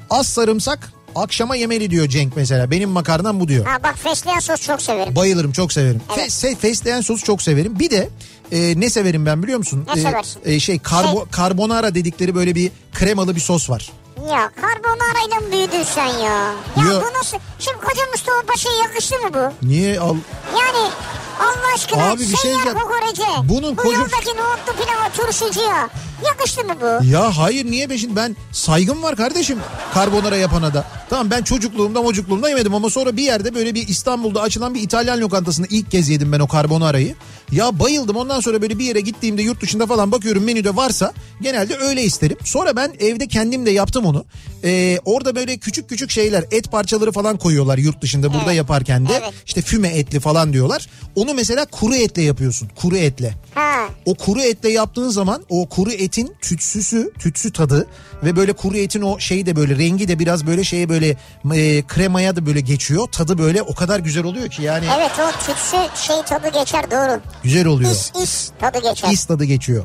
S2: az sarımsak, akşama yemeli diyor Cenk mesela. Benim makarnam bu diyor.
S1: Ha bak fesleğen sos çok severim.
S2: Bayılırım çok severim. Fe-
S1: Evet.
S2: se- fesleğen sosu çok severim. Bir de e, ne severim ben biliyor musun?
S1: Ne
S2: E,
S1: seversin?
S2: e, şey karbo
S1: Şey.
S2: karbonara dedikleri böyle bir kremalı bir sos var.
S1: Ya karbonarayla mı büyüdün sen ya? Ya
S2: Yo.
S1: bu nasıl? Şimdi koca Mustafa Paşa'ya yakıştı mı bu?
S2: Niye al
S1: Yani Allah aşkına
S2: Abi bir şey
S1: seyyar
S2: diyeceğim.
S1: kokoreci.
S2: Bunun
S1: bu
S2: koca-
S1: yoldaki nohutlu pilava turşucuya yakıştı mı bu?
S2: Ya hayır niye peşin ben saygım var kardeşim karbonara yapana da. Tamam ben çocukluğumda mocukluğumda yemedim ama sonra bir yerde böyle bir İstanbul'da açılan bir İtalyan lokantasında ilk kez yedim ben o karbonarayı. Ya bayıldım ondan sonra böyle bir yere gittiğimde yurt dışında falan bakıyorum menüde varsa genelde öyle isterim. Sonra ben evde kendim de yaptım onu. Ee, orada böyle küçük küçük şeyler et parçaları falan koyuyorlar yurt dışında burada yaparken de.
S1: Evet.
S2: işte füme etli falan diyorlar. Onu mesela kuru etle yapıyorsun kuru etle.
S1: Ha.
S2: O kuru etle yaptığın zaman o kuru etin tütsüsü, tütsü tadı ve böyle kuru etin o şeyi de böyle rengi de biraz böyle şeye böyle e, kremaya da böyle geçiyor. Tadı böyle o kadar güzel oluyor ki yani
S1: Evet o tütsü şey tadı geçer doğru.
S2: güzel oluyor.
S1: İs is tadı geçer.
S2: İs tadı geçiyor.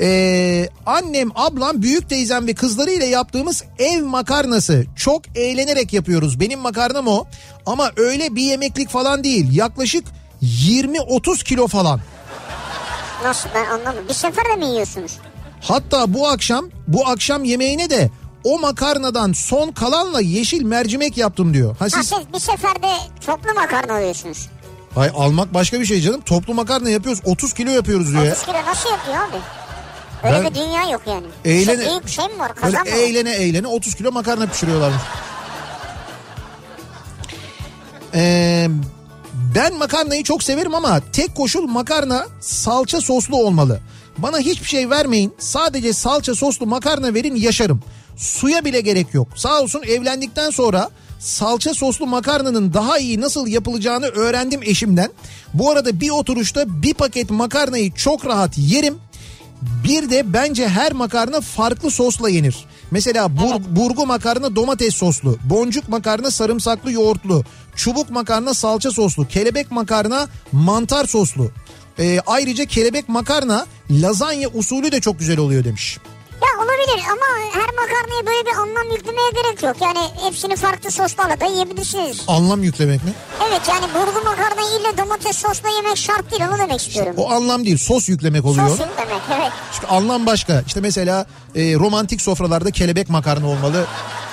S2: Ee, annem, ablam, büyük teyzem ve kızlarıyla yaptığımız ev makarnası. Çok eğlenerek yapıyoruz. Benim makarnam o. Ama öyle bir yemeklik falan değil. Yaklaşık 20-30 kilo falan.
S1: Nasıl ben anlamadım. Bir seferde mi yiyorsunuz?
S2: Hatta bu akşam bu akşam yemeğine de o makarnadan son kalanla yeşil mercimek yaptım diyor. Ha
S1: Ha
S2: siz
S1: siz bir seferde toplu makarna alıyorsunuz.
S2: Ay, almak başka bir şey canım. Toplu makarna yapıyoruz 30 kilo yapıyoruz diyor. ya.
S1: 30 kilo nasıl yapıyor abi? Öyle
S2: Ben-
S1: bir dünya yok yani.
S2: Eğlen-
S1: Şey, iyi bir şey mi var?
S2: Böyle
S1: Kazan mı? var?
S2: eğlene eğlene 30 kilo makarna pişiriyorlarmış. Ee, ben makarnayı çok severim ama tek koşul makarna salça soslu olmalı. Bana hiçbir şey vermeyin. Sadece salça soslu makarna verin yaşarım. Suya bile gerek yok. Sağ olsun evlendikten sonra salça soslu makarnanın daha iyi nasıl yapılacağını öğrendim eşimden. Bu arada bir oturuşta bir paket makarnayı çok rahat yerim. Bir de bence her makarna farklı sosla yenir. Mesela bur- burgu makarna domates soslu, boncuk makarna sarımsaklı yoğurtlu, çubuk makarna salça soslu, kelebek makarna mantar soslu. Ee, ayrıca kelebek makarna lazanya usulü de çok güzel oluyor demiş.
S1: Ya olabilir ama her makarnaya böyle bir anlam yüklemeye gerek yok. Yani hepsini farklı soslarla da yiyebilirsiniz.
S2: Anlam yüklemek mi?
S1: Evet yani burgu makarnayı ile domates sosla yemek şart değil onu demek istiyorum.
S2: O anlam değil, sos yüklemek oluyor.
S1: Sos demek evet.
S2: Çünkü anlam başka. İşte mesela e, romantik sofralarda kelebek makarna olmalı.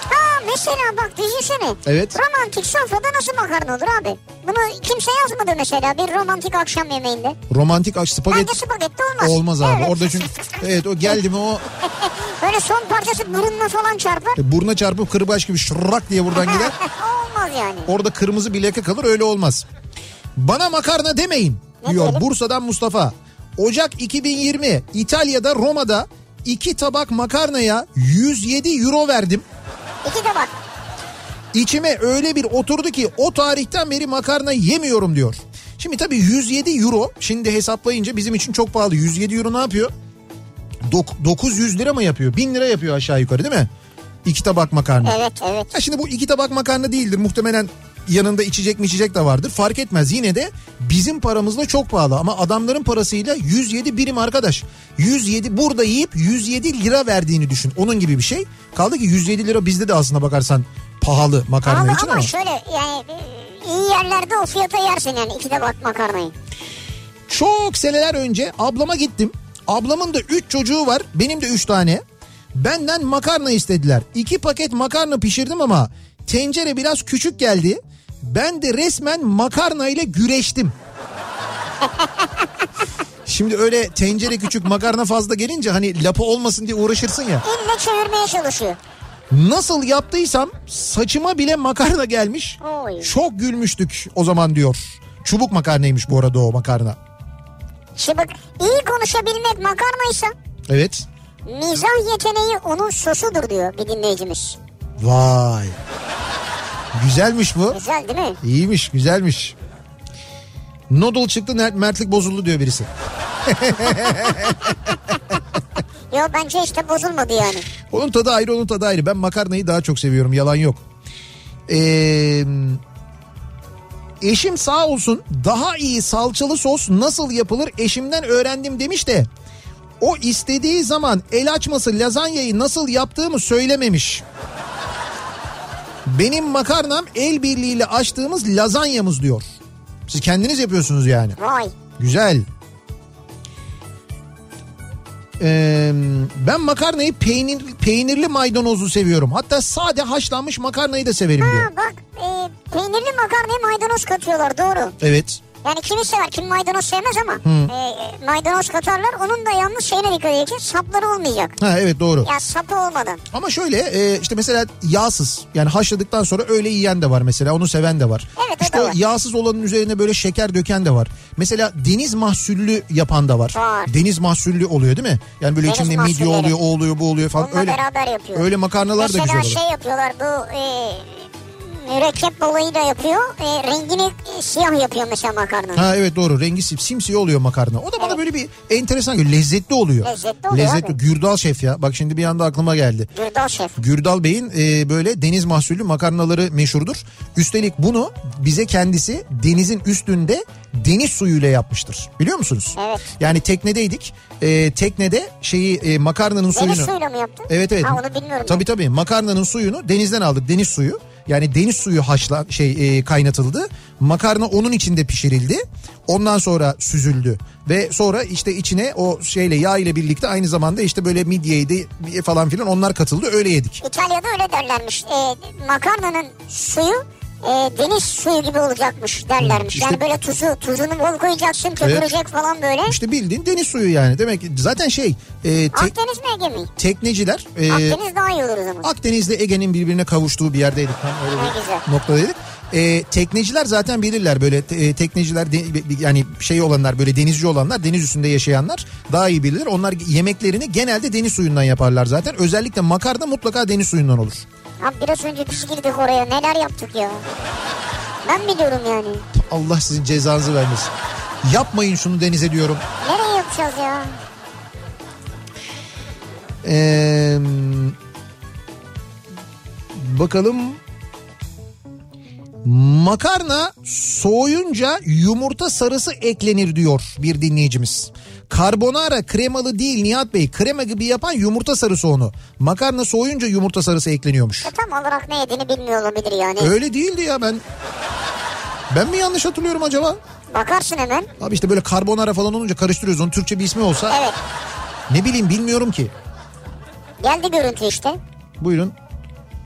S1: Ha mesela bak düşünsene.
S2: Evet.
S1: Romantik sofrada nasıl makarna olur abi? Bunu kimse yazmadı mesela bir romantik akşam yemeğinde.
S2: Romantik aç spagetti
S1: Bence spagetti olmaz.
S2: olmaz abi.
S1: Evet.
S2: Orada çünkü evet o geldi mi o
S1: (laughs) Böyle son parçası burunla falan çarpar.
S2: E, Buruna çarpıp kırbaç gibi şırrak diye buradan gider.
S1: (laughs) olmaz yani.
S2: Orada kırmızı bir leke kalır öyle olmaz. Bana makarna demeyin
S1: Ne
S2: diyor
S1: diyelim?
S2: Bursa'dan Mustafa. Ocak 2020 İtalya'da Roma'da iki tabak makarnaya 107 euro verdim.
S1: İki de bak.
S2: İçime öyle bir oturdu ki o tarihten beri makarna yemiyorum diyor. Şimdi tabii 107 euro şimdi hesaplayınca bizim için çok pahalı. 107 euro ne yapıyor? Dok- 900 lira mı yapıyor? 1000 lira yapıyor aşağı yukarı değil mi? İki tabak makarna.
S1: Evet evet.
S2: Ya şimdi bu iki tabak makarna değildir. Muhtemelen yanında içecek mi içecek de vardır. Fark etmez. Yine de bizim paramızla çok pahalı ama adamların parasıyla 107 birim arkadaş. 107 burada yiyip 107 lira verdiğini düşün. Onun gibi bir şey. Kaldı ki 107 lira bizde de aslına bakarsan pahalı makarna
S1: Abi
S2: için
S1: ama
S2: ama.
S1: şöyle yani iyi yerlerde o fiyata yersin yani iki de bak makarnayı.
S2: Çok seneler önce ablama gittim. Ablamın da 3 çocuğu var. Benim de 3 tane. Benden makarna istediler. 2 paket makarna pişirdim ama tencere biraz küçük geldi. Ben de resmen makarna ile güreştim. Şimdi öyle tencere küçük makarna fazla gelince hani lapa olmasın diye uğraşırsın ya.
S1: Elle çevirmeye çalışıyor.
S2: Nasıl yaptıysam saçıma bile makarna gelmiş.
S1: Oy.
S2: Çok gülmüştük o zaman diyor. Çubuk makarnaymış bu arada o makarna.
S1: Şimdi bak iyi konuşabilmek makarnaysa
S2: Evet.
S1: mizah yeteneği onun sosudur diyor bir dinleyicimiz.
S2: Vay. Güzelmiş bu.
S1: Güzel değil mi?
S2: İyiymiş, güzelmiş. Noodle çıktı, ner- mertlik bozuldu diyor birisi.
S1: Yo bence işte bozulmadı yani.
S2: Onun tadı ayrı, onun tadı ayrı. Ben makarnayı daha çok seviyorum, yalan yok. Ee, eşim sağ olsun daha iyi salçalı sos nasıl yapılır eşimden öğrendim demiş de o istediği zaman el açması lazanyayı nasıl yaptığımı söylememiş. Benim makarnam el birliğiyle açtığımız lazanyamız diyor. Siz kendiniz yapıyorsunuz yani.
S1: Vay.
S2: Güzel. Ee, ben makarnayı peynir, peynirli maydanozlu seviyorum. Hatta sade haşlanmış makarnayı da severim diyor.
S1: Ha bak e, peynirli makarnaya maydanoz katıyorlar doğru.
S2: Evet.
S1: Yani kimi sever kim maydanoz sevmez ama e, e, maydanoz katarlar onun da yalnız şeyine dikkat edeceksin sapları olmayacak.
S2: Ha evet doğru.
S1: Ya sapı olmadan.
S2: Ama şöyle e, işte mesela yağsız yani haşladıktan sonra öyle yiyen de var mesela onu seven de var.
S1: Evet, o
S2: işte
S1: da
S2: o
S1: var.
S2: yağsız olanın üzerine böyle şeker döken de var. Mesela deniz mahsullü yapan da var.
S1: Var.
S2: Deniz mahsullü oluyor değil mi? Yani böyle
S1: Deniz
S2: içinde midye
S1: mahsulleri.
S2: oluyor o oluyor bu oluyor falan
S1: Onunla
S2: öyle.
S1: beraber yapıyor.
S2: Öyle makarnalar da güzel
S1: Mesela
S2: oluyor.
S1: şey yapıyorlar bu e, mürekkep balayı da yapıyor. E, rengini e, siyah yapıyor mesela makarnanın.
S2: Ha evet doğru rengi sim- simsiye oluyor makarna. O da bana
S1: Evet.
S2: böyle bir enteresan geliyor. Lezzetli oluyor.
S1: Lezzetli oluyor abi.
S2: Gürdal şef ya. Bak şimdi bir anda aklıma geldi.
S1: Gürdal şef.
S2: Gürdal Bey'in e, böyle deniz mahsullü makarnaları meşhurdur. Üstelik bunu bize kendisi denizin üstünde deniz suyuyla yapmıştır. Biliyor musunuz?
S1: Evet.
S2: Yani teknedeydik. E, teknede şeyi e, makarnanın suyunu.
S1: Deniz suyuyla mı yaptın?
S2: Evet evet.
S1: Ha onu bilmiyorum.
S2: Tabii tabii makarnanın suyunu denizden aldık deniz suyu. Yani deniz suyu haşla şey e, kaynatıldı. Makarna onun içinde pişirildi. Ondan sonra süzüldü. Ve sonra işte içine o şeyle yağ ile birlikte aynı zamanda işte böyle midyeydi falan filan onlar katıldı öyle yedik.
S1: İtalya'da öyle derlermiş. E, makarnanın suyu e, deniz suyu gibi olacakmış derlermiş.
S2: İşte-
S1: yani böyle tuzu, tuzunu bol koyacaksın, köpürecek falan böyle.
S2: İşte bildiğin deniz suyu yani. Demek ki zaten şey e, te-
S1: Akdeniz mi Ege mi?
S2: tekneciler e,
S1: Akdeniz daha iyi olur o zaman.
S2: Akdeniz'le Ege'nin birbirine kavuştuğu bir yerdeydik. Tam öyle
S1: Ne güzel.
S2: bir noktadaydık. E, tekneciler zaten bilirler böyle te- e, tekneciler de- yani şey olanlar böyle denizci olanlar deniz üstünde yaşayanlar daha iyi bilirler. Onlar yemeklerini genelde deniz suyundan yaparlar zaten. Özellikle makarna mutlaka deniz suyundan olur.
S1: Abi biraz önce biz girdik oraya neler yaptık ya. Ben biliyorum yani.
S2: Allah sizin cezanızı vermesin. Yapmayın şunu denize diyorum.
S1: Nereye yapacağız ya?
S2: Ee, bakalım. Makarna soğuyunca yumurta sarısı eklenir diyor bir dinleyicimiz. Karbonara kremalı değil Nihat Bey. Krema gibi yapan yumurta sarısı onu. Makarna soğuyunca yumurta sarısı ekleniyormuş.
S1: E, tam olarak ne yediğini bilmiyor olabilir yani.
S2: Öyle değildi ya ben. Ben mi yanlış hatırlıyorum acaba?
S1: Bakarsın hemen.
S2: Abi işte böyle karbonara falan olunca karıştırıyoruz. Onun Türkçe bir ismi olsa
S1: Evet.
S2: ne bileyim bilmiyorum ki.
S1: Geldi görüntü işte.
S2: Buyurun.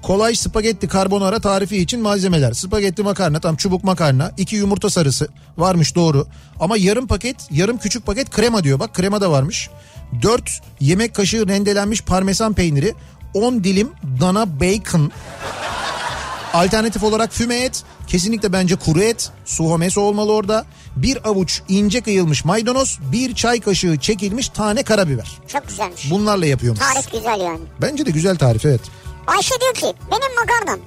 S2: Kolay spagetti karbonara tarifi için malzemeler. Spagetti makarna tam çubuk makarna. iki yumurta sarısı varmış doğru. Ama yarım paket yarım küçük paket krema diyor. Bak krema da varmış. 4 yemek kaşığı rendelenmiş parmesan peyniri. 10 dilim dana bacon. Alternatif olarak füme et. Kesinlikle bence kuru et. Suhomeso olmalı orada. Bir avuç ince kıyılmış maydanoz. Bir çay kaşığı çekilmiş tane karabiber.
S1: Çok güzelmiş.
S2: Bunlarla yapıyormuş.
S1: Tarif güzel yani.
S2: Bence de güzel tarif evet.
S1: Ayşe diyor ki benim makarnam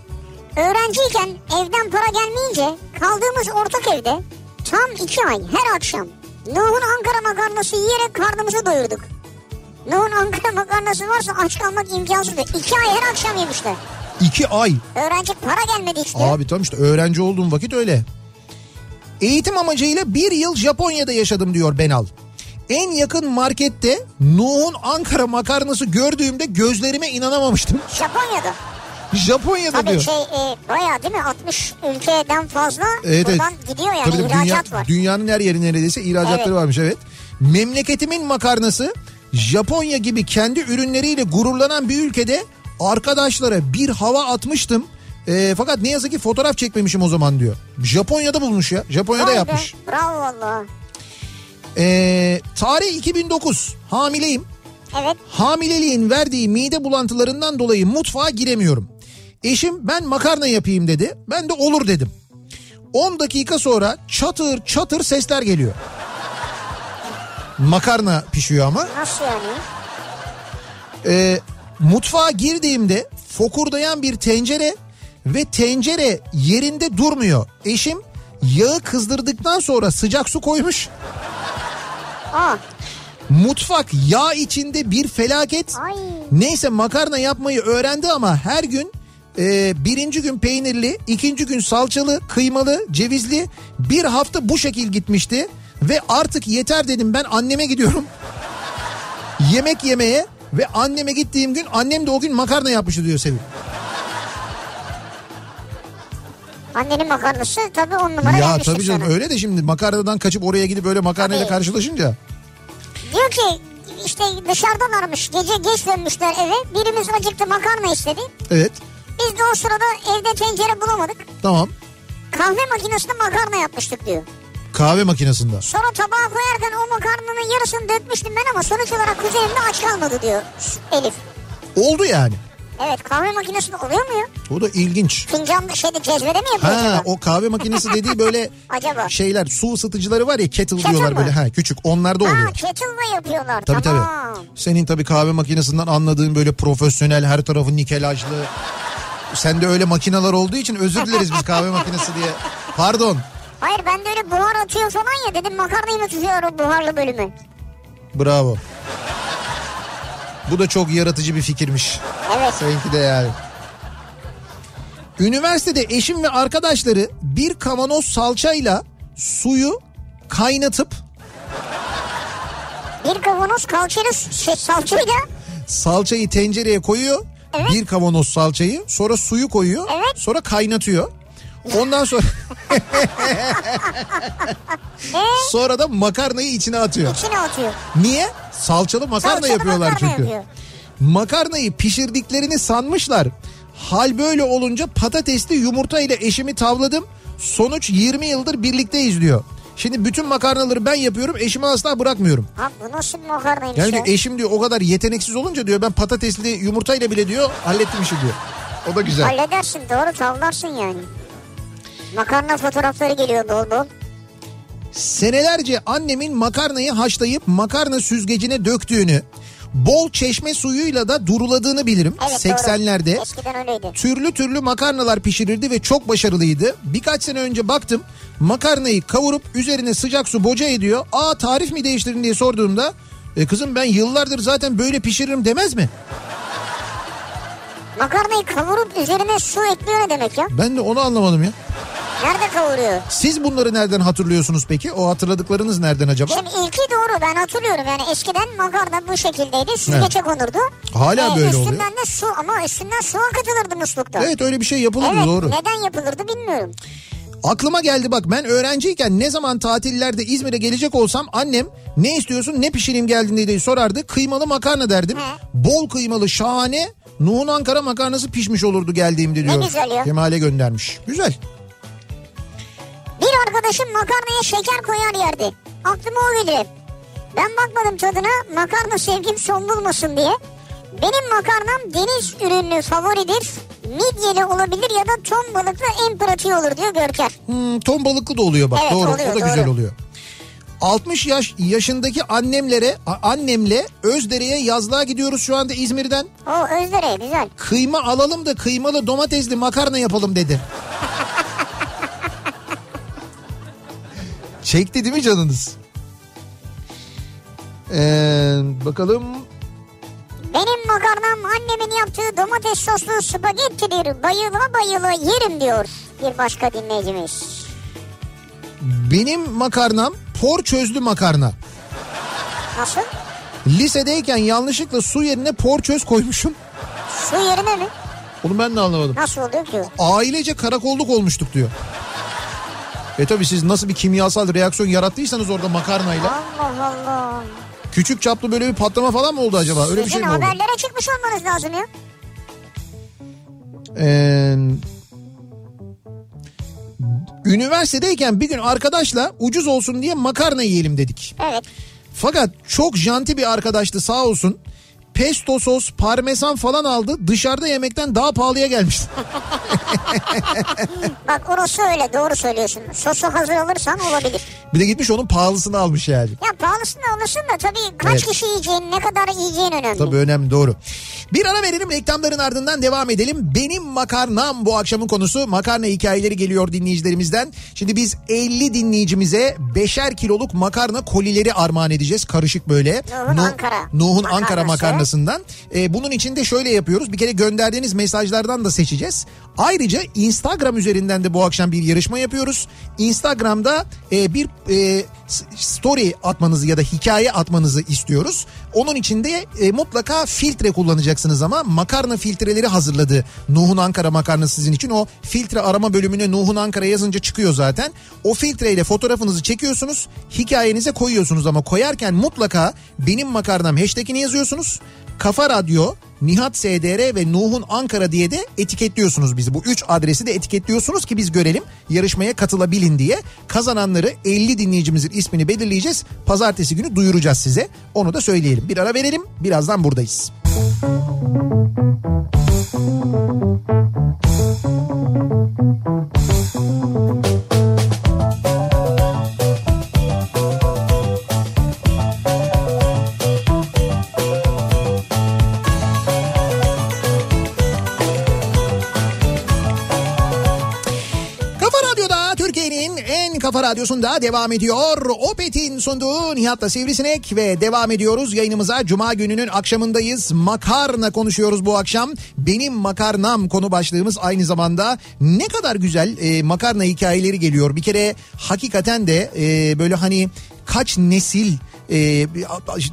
S1: öğrenciyken evden para gelmeyince kaldığımız ortak evde tam iki ay her akşam Nuh'un Ankara makarnası yiyerek karnımızı doyurduk. Nuh'un Ankara makarnası varsa aç kalmak imkansızdı. İki ay her akşam yemişler.
S2: İki ay
S1: Öğrenci para gelmedi işte.
S2: Abi tamam işte öğrenci olduğum vakit öyle. Eğitim amacıyla bir yıl Japonya'da yaşadım diyor Benal. En yakın markette Nuh'un Ankara makarnası gördüğümde gözlerime inanamamıştım. (laughs)
S1: Japonya'da.
S2: Japonya'da
S1: Tabii
S2: diyor.
S1: şey e, bayağı değil mi 60 ülkeden fazla
S2: Evet, evet.
S1: buradan gidiyor yani
S2: Tabii tabii,
S1: hani ihracat
S2: dünya-
S1: var.
S2: Dünyanın her yeri neredeyse ihracatları
S1: Evet.
S2: varmış evet. Memleketimin makarnası Japonya gibi kendi ürünleriyle gururlanan bir ülkede arkadaşlara bir hava atmıştım. Ee, fakat ne yazık ki fotoğraf çekmemişim o zaman diyor. Japonya'da bulmuş ya. Japonya'da
S1: Vay be,
S2: yapmış.
S1: Bravo valla.
S2: Ee, tarih 2009. Hamileyim.
S1: Evet
S2: Hamileliğin verdiği mide bulantılarından dolayı mutfağa giremiyorum. Eşim ben makarna yapayım dedi. Ben de olur dedim. 10 dakika sonra çatır çatır sesler geliyor. Makarna pişiyor ama.
S1: nasıl yani?
S2: Ee, mutfağa girdiğimde fokurdayan bir tencere ve tencere yerinde durmuyor. Eşim yağı kızdırdıktan sonra sıcak su koymuş.
S1: Aa,
S2: Mutfak yağ içinde bir felaket.
S1: ay.
S2: Neyse makarna yapmayı öğrendi ama her gün e, birinci gün peynirli, ikinci gün salçalı, kıymalı, cevizli bir hafta bu şekil gitmişti. Ve artık yeter dedim ben anneme gidiyorum. (laughs) Yemek yemeye ve anneme gittiğim gün annem de o gün makarna yapmıştı diyor Sevil.
S1: Annenin makarnası tabii on numara
S2: ya
S1: gelmiştir
S2: tabii canım
S1: sana.
S2: öyle de şimdi makarnadan kaçıp oraya gidip böyle makarnayla
S1: Tabii.
S2: karşılaşınca.
S1: Diyor ki işte dışarıdan aramış gece geç dönmüşler eve birimiz acıktı makarna istedi.
S2: Evet
S1: Biz de o sırada evde tencere bulamadık.
S2: tamam
S1: Kahve makinesinde makarna yapmıştık diyor.
S2: kahve makinesinde.
S1: Sonra tabağa koyarken o makarnanın yarısını dökmüştüm ben ama sonuç olarak kuzenimde aç kalmadı diyor Elif.
S2: Oldu yani.
S1: Evet kahve makinesinde oluyor mu ya?
S2: Bu da ilginç.
S1: Fincan şeyde cezvede mi yapıyor
S2: Ha
S1: acaba?
S2: o kahve makinesi dediği böyle
S1: (laughs) Acaba?
S2: şeyler su ısıtıcıları var ya kettle,
S1: Kettle
S2: diyorlar
S1: mı?
S2: böyle ha küçük onlarda
S1: Ha
S2: oluyor.
S1: kettle'la yapıyorlar
S2: Tabii
S1: tamam.
S2: tabii. Senin tabii kahve makinesinden anladığın böyle profesyonel her tarafı nikelajlı. Sende öyle makineler olduğu için özür dileriz biz kahve makinesi diye. Pardon.
S1: Hayır ben de öyle buhar atıyor falan ya dedim makarnayı mı tutuyor o buharlı bölümü?
S2: Bravo. Bu da çok yaratıcı bir fikirmiş.
S1: Evet.
S2: Seninki de yani. Üniversitede eşim ve arkadaşları bir kavanoz salçayla suyu kaynatıp
S1: Bir kavanoz kalçalı şey, salçayla
S2: salçayı tencereye koyuyor.
S1: Evet.
S2: Bir kavanoz salçayı sonra suyu koyuyor.
S1: Evet.
S2: Sonra (laughs) kaynatıyor. Ondan sonra Sonra da makarnayı içine atıyor.
S1: İçine e, atıyor.
S2: Niye? Salçalı makarna
S1: Salçalı
S2: yapıyorlar
S1: makarna
S2: çünkü.
S1: yapıyor.
S2: Makarnayı pişirdiklerini sanmışlar. Hal böyle olunca patatesli yumurta ile eşimi tavladım. Sonuç 20 yıldır birlikteyiz diyor. Şimdi bütün makarnaları ben yapıyorum eşimi asla bırakmıyorum.
S1: Abi bu nasıl bir makarnaymış
S2: Yani
S1: ya?
S2: diyor, eşim diyor o kadar yeteneksiz olunca diyor ben patatesli yumurta ile bile diyor hallettim işi diyor. O da güzel.
S1: Halledersin doğru tavlarsın yani. Makarna fotoğrafları geliyor bol bol.
S2: Senelerce annemin makarnayı haşlayıp makarna süzgecine döktüğünü, bol çeşme suyuyla da duruladığını bilirim
S1: Evet, doğru.
S2: 80'lerde.
S1: Eskiden öyleydi.
S2: Türlü türlü makarnalar pişirirdi ve çok başarılıydı. Birkaç sene önce baktım makarnayı kavurup üzerine sıcak su boca ediyor. Aa tarif mi değiştirin diye sorduğumda "E kızım ben yıllardır zaten böyle pişiririm demez mi?
S1: Makarnayı kavurup üzerine su ekliyor ne demek ya?
S2: Ben de onu anlamadım ya.
S1: Nerede kavuruyor?
S2: Siz bunları nereden hatırlıyorsunuz peki? O hatırladıklarınız nereden acaba?
S1: Şimdi ilki doğru ben hatırlıyorum yani eskiden makarna bu şekildeydi süzgece konurdu.
S2: Hala böyle
S1: üstünden
S2: oluyor.
S1: Üstünden de su ama üstünden su akıtılırdı muslukta.
S2: Evet öyle bir şey yapılır
S1: Evet,
S2: doğru.
S1: neden yapılırdı bilmiyorum.
S2: Aklıma geldi bak ben öğrenciyken ne zaman tatillerde İzmir'e gelecek olsam annem ne istiyorsun ne pişireyim geldiğinde diye sorardı. Kıymalı makarna derdim.
S1: He.
S2: Bol kıymalı şahane Nuhun Ankara makarnası pişmiş olurdu geldiğimde diyor.
S1: güzel ya.
S2: Kemal'e göndermiş. Güzel.
S1: Bir arkadaşım makarnaya şeker koyar yerdi. Aklıma o gelir. hep. Ben bakmadım tadına makarna sevgim son bulmasın diye. Benim makarnam deniz ürünlü favoridir. Midyeli olabilir ya da ton balıklı en pratiği olur diyor Görker.
S2: Hmm, ton balıklı da oluyor bak
S1: Evet,
S2: doğru
S1: oluyor,
S2: o da güzel
S1: doğru.
S2: oluyor. 60 yaş yaşındaki annemlere a- annemle Özdere'ye yazlığa gidiyoruz şu anda İzmir'den.
S1: O Özdere güzel.
S2: Kıyma alalım da kıymalı domatesli makarna yapalım dedi. Çekti değil mi canınız? Ee, bakalım.
S1: Benim makarnam annemin yaptığı domates soslu spagettidir. Bayıla bayıla yerim diyor bir başka dinleyicimiz.
S2: Benim makarnam por çözlü makarna.
S1: Nasıl?
S2: Lisedeyken yanlışlıkla su yerine por çöz koymuşum.
S1: Su yerine mi?
S2: Onu ben de anlamadım.
S1: Nasıl oluyor ki?
S2: Ailece karakolluk olmuştuk diyor. E tabi siz nasıl bir kimyasal reaksiyon yarattıysanız orada makarnayla.
S1: Allah Allah.
S2: Küçük çaplı böyle bir patlama falan mı oldu acaba? Öyle bir
S1: Sizin
S2: şey mi oldu?
S1: haberlere çıkmış olmanız lazım ya.
S2: Ee, üniversitedeyken bir gün arkadaşla ucuz olsun diye makarna yiyelim dedik.
S1: Evet.
S2: Fakat çok janti bir arkadaştı sağ olsun. Pesto sos, parmesan falan aldı. Dışarıda yemekten daha pahalıya gelmişti.
S1: Bak orası öyle doğru söylüyorsun. Sosu hazır alırsan olabilir.
S2: (laughs) Bir de gitmiş onun pahalısını almış yani.
S1: Ya pahalısını alırsın da tabii kaç
S2: Evet.
S1: kişi yiyeceğin ne kadar yiyeceğin önemli.
S2: Tabii önemli doğru. Bir ara verelim reklamların ardından devam edelim. Benim makarnam bu akşamın konusu makarna hikayeleri geliyor dinleyicilerimizden. Şimdi biz 50 dinleyicimize 5'er kiloluk makarna kolileri armağan edeceğiz. Karışık böyle.
S1: Nuh'un Ankara
S2: Nuh'un
S1: makarnası.
S2: Ankara makarnasından. Ee, bunun için de şöyle yapıyoruz. Bir kere gönderdiğiniz mesajlardan da seçeceğiz. Ayrıca Instagram üzerinden de bu akşam bir yarışma yapıyoruz. Instagram'da e, bir e, s- story atmanızı ya da hikaye atmanızı istiyoruz. Onun için de e, mutlaka filtre kullanacaksınız ama makarna filtreleri hazırladı. Nuh'un Ankara makarnası sizin için o filtre arama bölümüne Nuh'un Ankara yazınca çıkıyor zaten. O filtreyle fotoğrafınızı çekiyorsunuz. Hikayenize koyuyorsunuz ama koyarken mutlaka benim makarnam hashtagini yazıyorsunuz. Kafa Radyo, Nihat SDR ve Nuh'un Ankara diye de etiketliyorsunuz bizi. Bu üç adresi de etiketliyorsunuz ki biz görelim yarışmaya katılabilin diye. Kazananları 50 dinleyicimizin ismini belirleyeceğiz. Pazartesi günü duyuracağız size. Onu da söyleyelim. Bir ara verelim. Birazdan buradayız. Kafa Radyo'da Türkiye'nin en kafa radyosunda devam ediyor. Opet'in sunduğu Nihat'la Sivrisinek ve devam ediyoruz yayınımıza. Cuma gününün akşamındayız. Makarna konuşuyoruz bu akşam. Benim makarnam konu başlığımız aynı zamanda ne kadar güzel e, makarna hikayeleri geliyor. Bir kere hakikaten de e, böyle hani kaç nesil e, bir-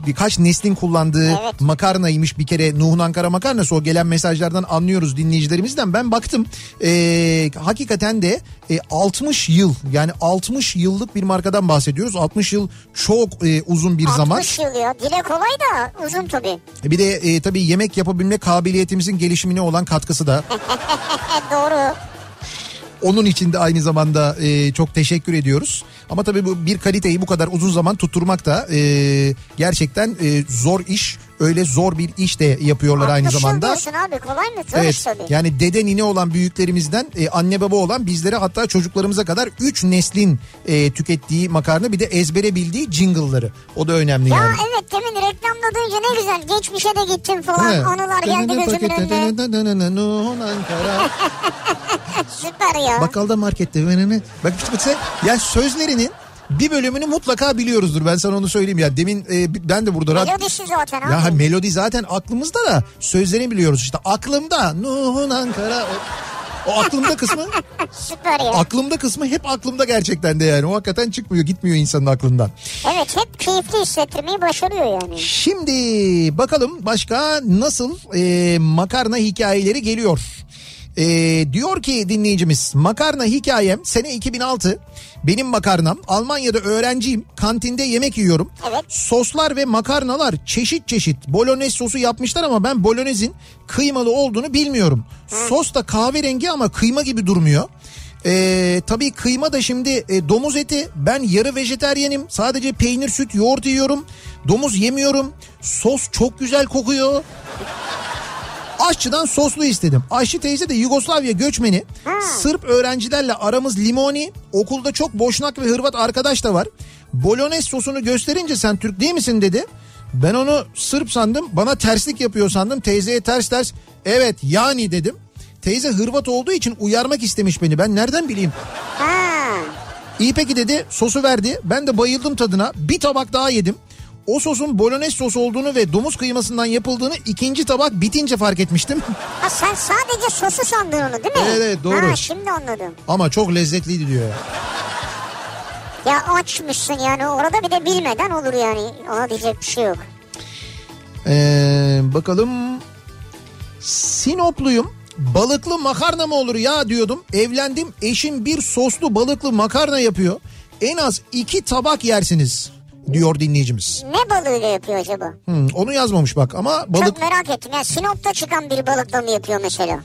S2: birkaç neslin kullandığı
S1: Evet.
S2: makarnaymış bir kere Nuh'un Ankara makarnası o gelen mesajlardan anlıyoruz dinleyicilerimizden. Ben baktım e, hakikaten de e, 60 yıl yani 60 yıllık bir markadan bahsediyoruz. 60 yıl çok e, uzun bir zaman.
S1: 60 yıl ya. Dile kolay da uzun tabii.
S2: Bir de e, tabii yemek yapabilme kabiliyetimizin gelişimine olan katkısı da
S1: Evet doğru.
S2: Onun için de aynı zamanda e, çok teşekkür ediyoruz. Ama tabii bu bir kaliteyi bu kadar uzun zaman tutturmak da e, gerçekten e, zor iş. Öyle zor bir iş de yapıyorlar aynı
S1: 60 yıl
S2: zamanda.
S1: diyorsun abi kolay mı? Zor iş
S2: Evet
S1: tabii.
S2: yani dede nine olan büyüklerimizden e, anne baba olan bizlere hatta çocuklarımıza kadar 3 neslin e, tükettiği makarna bir de ezbere bildiği jingle'ları. O da önemli
S1: Ya
S2: yani.
S1: evet demin reklamda duyunca ne güzel geçmişe de gittim falan
S2: He.
S1: anılar geldi gözümün önüne süper ya.
S2: Bakkalda markette. Bak işte mesela yani sözlerinin bir bölümünü mutlaka biliyoruzdur. Ben sana onu söyleyeyim ya. Demin e, ben de burada rahat...
S1: Melodisi zaten abi.
S2: Ya melodi zaten aklımızda da sözlerini biliyoruz işte. Aklımda Nuh'un Ankara... O, o aklımda kısmı...
S1: Süper ya.
S2: aklımda kısmı hep aklımda gerçekten de yani. O hakikaten çıkmıyor gitmiyor insanın aklından.
S1: evet hep keyifli hissettirmeyi başarıyor yani.
S2: Şimdi bakalım başka nasıl e, makarna hikayeleri geliyor. E, diyor ki dinleyicimiz makarna hikayem sene 2006 benim makarnam Almanya'da öğrenciyim kantinde yemek yiyorum.
S1: Evet.
S2: Soslar ve makarnalar çeşit çeşit bolognese sosu yapmışlar ama ben bolognezin kıymalı olduğunu bilmiyorum. Sos da kahverengi ama kıyma gibi durmuyor. Ee, tabii kıyma da şimdi e, domuz eti ben yarı vejeteryenim sadece peynir süt yoğurt yiyorum domuz yemiyorum sos çok güzel kokuyor aşçıdan soslu istedim aşçı teyze de Yugoslavya göçmeni Sırp öğrencilerle aramız limoni okulda çok boşnak ve hırvat arkadaş da var bolognese sosunu gösterince sen Türk değil misin dedi ben onu Sırp sandım bana terslik yapıyor sandım teyzeye ters ters evet yani dedim Teyze Hırvat olduğu için uyarmak istemiş beni. Ben nereden bileyim?
S1: Ha.
S2: İyi peki dedi sosu verdi. Ben de bayıldım tadına. Bir tabak daha yedim. O sosun bolognese sos olduğunu ve domuz kıymasından yapıldığını ikinci tabak bitince fark etmiştim. (laughs)
S1: ha sen sadece sosu sandın onu değil mi?
S2: Evet, evet, doğru.
S1: Ha şimdi anladım.
S2: Ama çok lezzetliydi diyor ya.
S1: Ya açmışsın yani orada bir de bilmeden olur yani. Ona diyecek bir şey yok.
S2: Ee, bakalım. Sinopluyum. Balıklı makarna mı olur ya diyordum. Evlendim. Eşim bir soslu balıklı makarna yapıyor. En az iki tabak yersiniz diyor dinleyicimiz.
S1: Ne balığıyla yapıyor acaba?
S2: Hmm, onu yazmamış bak ama balık...
S1: Çok merak ettim ya Sinop'ta çıkan bir balıkla mı yapıyor mesela?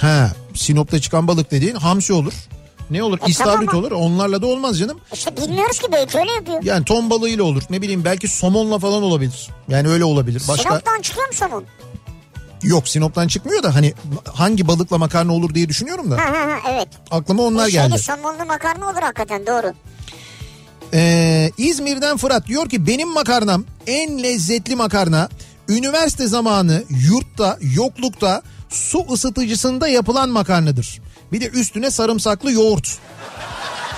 S2: Ha, Sinop'ta çıkan balık dediğin hamsi olur. Ne olur?
S1: E,
S2: İstavrit
S1: tamam.
S2: olur. Onlarla da olmaz canım.
S1: İşte bilmiyoruz ki belki öyle yapıyor.
S2: Yani ton balığıyla olur. Ne bileyim belki somonla falan olabilir. Yani öyle olabilir. Başka
S1: Sinop'tan çıkıyor mu somun?
S2: yok Sinop'tan çıkmıyor da hani hani balıkla makarna olur diye düşünüyorum da
S1: Ha ha ha evet.
S2: aklıma onlar
S1: Şeyde
S2: geldi.
S1: somonlu makarna olur hakikaten doğru.
S2: Ee, İzmir'den Fırat diyor ki benim makarnam en lezzetli makarna. Üniversite zamanı yurtta yoklukta su ısıtıcısında yapılan makarnadır. Bir de üstüne sarımsaklı yoğurt.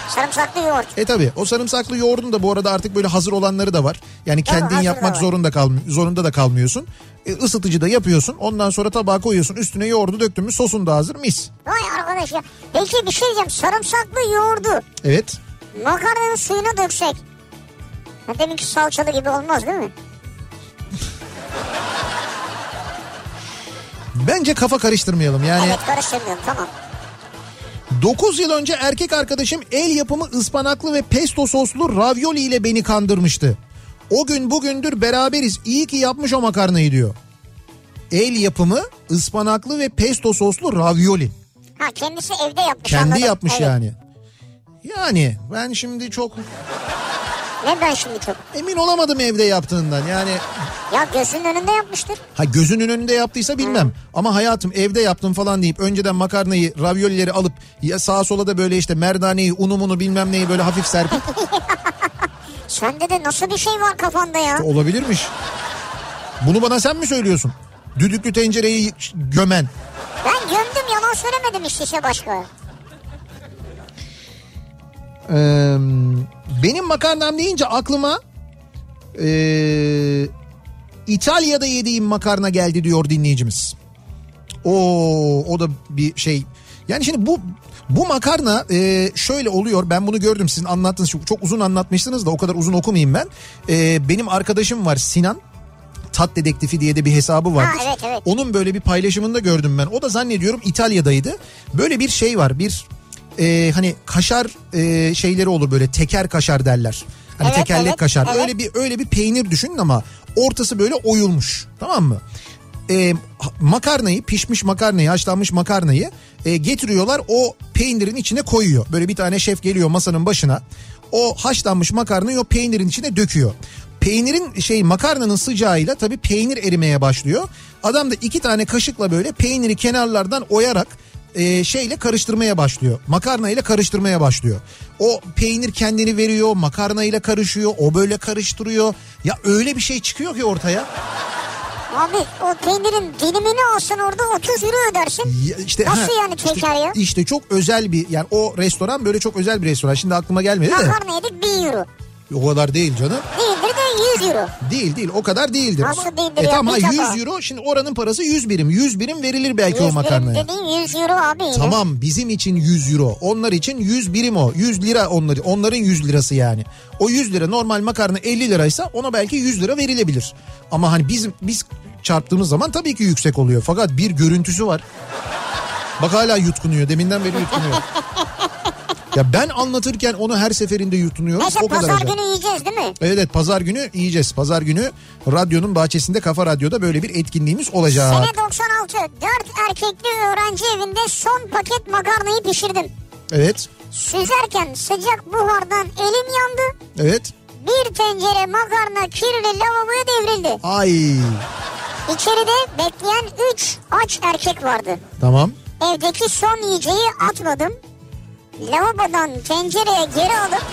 S1: Sarımsaklı yoğurt.
S2: E tabi o sarımsaklı yoğurdun da bu arada artık böyle hazır olanları da var. Yani
S1: Tabii,
S2: kendin
S1: hazır
S2: yapmak
S1: da var.
S2: zorunda kalm zorunda da kalmıyorsun. E, ısıtıcıda yapıyorsun. Ondan sonra tabağa koyuyorsun. Üstüne yoğurdu döktün mü sosun da hazır mis.
S1: Vay arkadaş ya. Peki bir şey diyeceğim. Sarımsaklı yoğurdu
S2: Evet.
S1: makarnanın suyuna döksek. Ha, deminki salçalı gibi olmaz değil mi?
S2: Bence kafa karıştırmayalım. Yani
S1: Evet karıştırmıyorum tamam.
S2: 9 yıl önce erkek arkadaşım el yapımı ıspanaklı ve pesto soslu ravioli ile beni kandırmıştı. O gün bugündür beraberiz. İyi ki yapmış o makarnayı diyor. El yapımı ıspanaklı ve pesto soslu
S1: (laughs)
S2: ravioli.
S1: Ha kendisi evde yapmış
S2: Kendi
S1: anladım.
S2: yapmış
S1: Evet.
S2: yani. Yani ben şimdi çok
S1: Ne ben şimdi çok.
S2: emin olamadım evde yaptığından. Yani
S1: Ya gözünün önünde yapmıştır.
S2: ha gözünün önünde yaptıysa bilmem. Ama hayatım evde yaptım falan deyip önceden makarnayı, raviolileri alıp ya sağa sola da böyle işte merdaneyi, unumunu bilmem neyi böyle hafif serpip
S1: Sende de nasıl bir şey var kafanda ya?
S2: olabilirmiş. Bunu bana sen mi söylüyorsun? Düdüklü tencereyi gömen.
S1: Ben gömdüm yalan söylemedim işte şey başka.
S2: Ee, benim makarnam deyince aklıma ee, İtalya'da yediğim makarna geldi diyor dinleyicimiz. O o da bir şey. Yani şimdi bu bu makarna e, şöyle oluyor. Ben bunu gördüm sizin anlattığınız çok, çok uzun anlatmıştınız da o kadar uzun okumayayım ben. E, benim arkadaşım var Sinan. Tat dedektifi diye de bir hesabı var.
S1: Ha, evet, evet.
S2: Onun böyle bir paylaşımında gördüm ben. O da zannediyorum İtalya'daydı. Böyle bir şey var. Bir e, hani kaşar e, şeyleri olur böyle teker kaşar derler. Hani
S1: Evet,
S2: tekerlek
S1: evet,
S2: kaşar.
S1: evet.
S2: Öyle bir öyle bir peynir düşünün ama ortası böyle oyulmuş. Tamam mı? E, ha- makarnayı pişmiş makarnayı haşlanmış makarnayı e, getiriyorlar o peynirin içine koyuyor. Böyle bir tane şef geliyor masanın başına. O haşlanmış makarnayı o peynirin içine döküyor. Peynirin şey makarnanın sıcağıyla tabii peynir erimeye başlıyor. Adam da iki tane kaşıkla böyle peyniri kenarlardan oyarak e, şeyle karıştırmaya başlıyor. Makarna ile karıştırmaya başlıyor. O peynir kendini veriyor, makarna ile karışıyor, o böyle karıştırıyor. Ya öyle bir şey çıkıyor ki ortaya.
S1: Abi o peynirin dilimini alsın orada 30 euro ödersin.
S2: Ya işte
S1: Nasıl yani
S2: işte-
S1: çeker ya?
S2: İşte çok özel bir yani o restoran böyle çok özel bir restoran. Şimdi aklıma gelmedi de.
S1: Makarna yedik 1000 euro.
S2: O kadar değil canım.
S1: Değildir de 100 euro.
S2: Değil değil o kadar değildir.
S1: Nasıl değildir
S2: e
S1: ya?
S2: tamam
S1: Bir
S2: 100
S1: kaba.
S2: euro şimdi oranın parası 100 birim. 100 birim verilir belki
S1: 100
S2: o makarnaya.
S1: birim dediğin 100 euro abi. yine.
S2: Tamam bizim için 100 euro. Onlar için 100 birim o. 100 lira onları, onların 100 lirası yani. O 100 lira normal makarna 50 liraysa ona belki 100 lira verilebilir. Ama hani biz biz çarptığımız zaman tabii ki yüksek oluyor. Fakat bir görüntüsü var. Bak hala yutkunuyor. Deminden beri yutkunuyor. ya ben anlatırken onu her seferinde yutunuyorum.
S1: Neyse
S2: o kadar
S1: pazar
S2: acayip.
S1: günü yiyeceğiz değil mi?
S2: Evet evet, pazar günü yiyeceğiz. Pazar günü radyonun bahçesinde Kafa Radyo'da böyle bir etkinliğimiz olacak.
S1: Sene 96. 4 erkekli öğrenci evinde son paket makarnayı pişirdim.
S2: Evet.
S1: Süzerken sıcak buhardan elim yandı.
S2: Evet.
S1: Bir tencere makarna kirli lavaboya devrildi.
S2: Ay.
S1: İçeride bekleyen 3 aç erkek vardı.
S2: Tamam.
S1: Evdeki son yiyeceği atmadım. Lavabodan tencereye geri alıp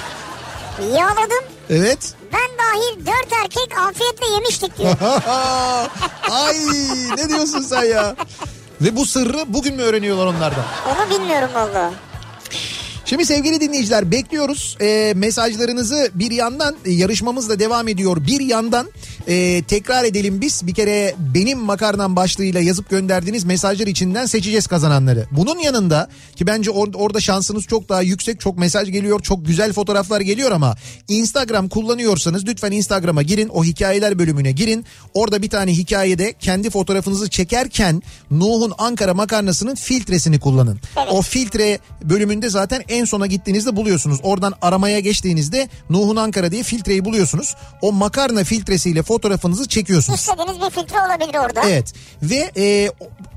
S1: yağladım.
S2: Evet. (laughs)
S1: Ben dahil 4 erkek afiyetle yemiştik diyor.
S2: Ay ne diyorsun sen ya? Ve bu sırrı bugün mü öğreniyorlar onlardan?
S1: Onu bilmiyorum valla.
S2: Şimdi sevgili dinleyiciler bekliyoruz Ee, mesajlarınızı bir yandan e, yarışmamız da devam ediyor bir yandan e, tekrar edelim biz bir kere benim makarnam başlığıyla yazıp gönderdiğiniz mesajlar içinden seçeceğiz kazananları. Bunun yanında ki bence or- orada şansınız çok daha yüksek çok mesaj geliyor çok güzel fotoğraflar geliyor ama Instagram kullanıyorsanız lütfen Instagram'a girin o hikayeler bölümüne girin orada bir tane hikayede kendi fotoğrafınızı çekerken Nuh'un Ankara makarnasının filtresini kullanın. O filtre bölümünde zaten en sona gittiğinizde buluyorsunuz. Oradan aramaya geçtiğinizde Nuh'un Ankara diye filtreyi buluyorsunuz. O makarna filtresiyle fotoğrafınızı çekiyorsunuz.
S1: İstediğiniz bir filtre olabilir orada.
S2: Evet ve e,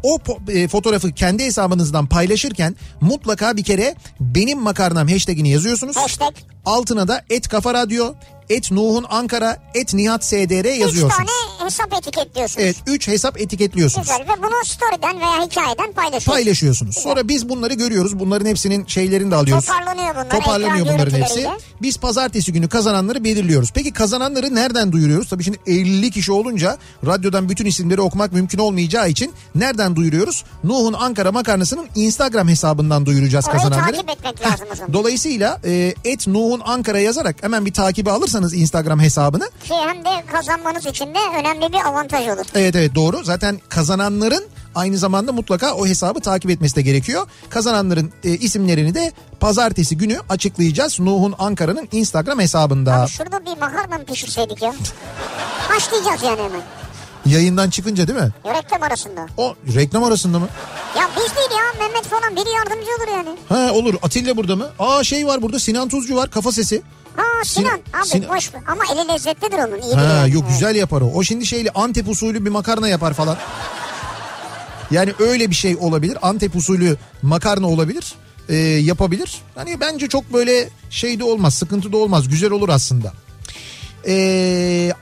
S2: o, o po- e, fotoğrafı kendi hesabınızdan paylaşırken mutlaka bir kere benim makarnam hashtagini yazıyorsunuz.
S1: Hashtag.
S2: Altına da et kafa radyo, et Nuh'un Ankara, et Nihat SDR
S1: 3
S2: yazıyorsunuz.
S1: tane hesap etiketliyorsunuz.
S2: Evet 3 hesap etiketliyorsunuz.
S1: Güzel ve bunu story'den veya hikayeden paylaşıyorsunuz.
S2: paylaşıyorsunuz. Sonra biz bunları görüyoruz. Bunların hepsinin şeylerini de alıyoruz.
S1: Toparlanıyor bunlar,
S2: Toparlanıyor
S1: ekran
S2: bunların hepsi.
S1: görüntüleriyle.
S2: Biz pazartesi günü kazananları belirliyoruz. Peki kazananları nereden duyuruyoruz? Tabii şimdi 50 kişi olunca radyodan bütün isimleri okumak mümkün olmayacağı için nereden duyuruyoruz? Nuh'un Ankara Makarnası'nın Instagram hesabından duyuracağız
S1: Orayı
S2: kazananları.
S1: takip etmek lazım o zaman.
S2: Dolayısıyla e, et Nuh'un Ankara yazarak hemen bir takibi alırsanız Instagram hesabını
S1: Ki hem de kazanmanız için de önemli bir avantaj olur.
S2: Evet evet doğru. Zaten kazananların aynı zamanda mutlaka o hesabı takip etmesi de gerekiyor. Kazananların e, isimlerini de pazartesi günü açıklayacağız. Nuh'un Ankara'nın Instagram hesabında.
S1: Abi şurada bir makarna mı pişirseydik ya? Başlayacağız yani hemen.
S2: Yayından çıkınca değil mi?
S1: Reklam arasında.
S2: O reklam arasında mı?
S1: Ya biz değil ya Mehmet falan biri yardımcı olur yani.
S2: Ha olur. Atilla burada mı? Aa şey var burada Sinan Tuzcu var. Kafa sesi.
S1: Ha Sinan
S2: Sinan-
S1: abi
S2: Sinan-
S1: boş ver. ama eli lezzetlidir onun iyi E,
S2: Ha
S1: biliyor.
S2: yok güzel yapar o. O şimdi şeyle Antep usulü bir makarna yapar falan. Yani öyle bir şey olabilir. Antep usulü makarna olabilir. Ee, yapabilir. Yani bence çok böyle şey de olmaz. Sıkıntı da olmaz. Güzel olur aslında. Ee,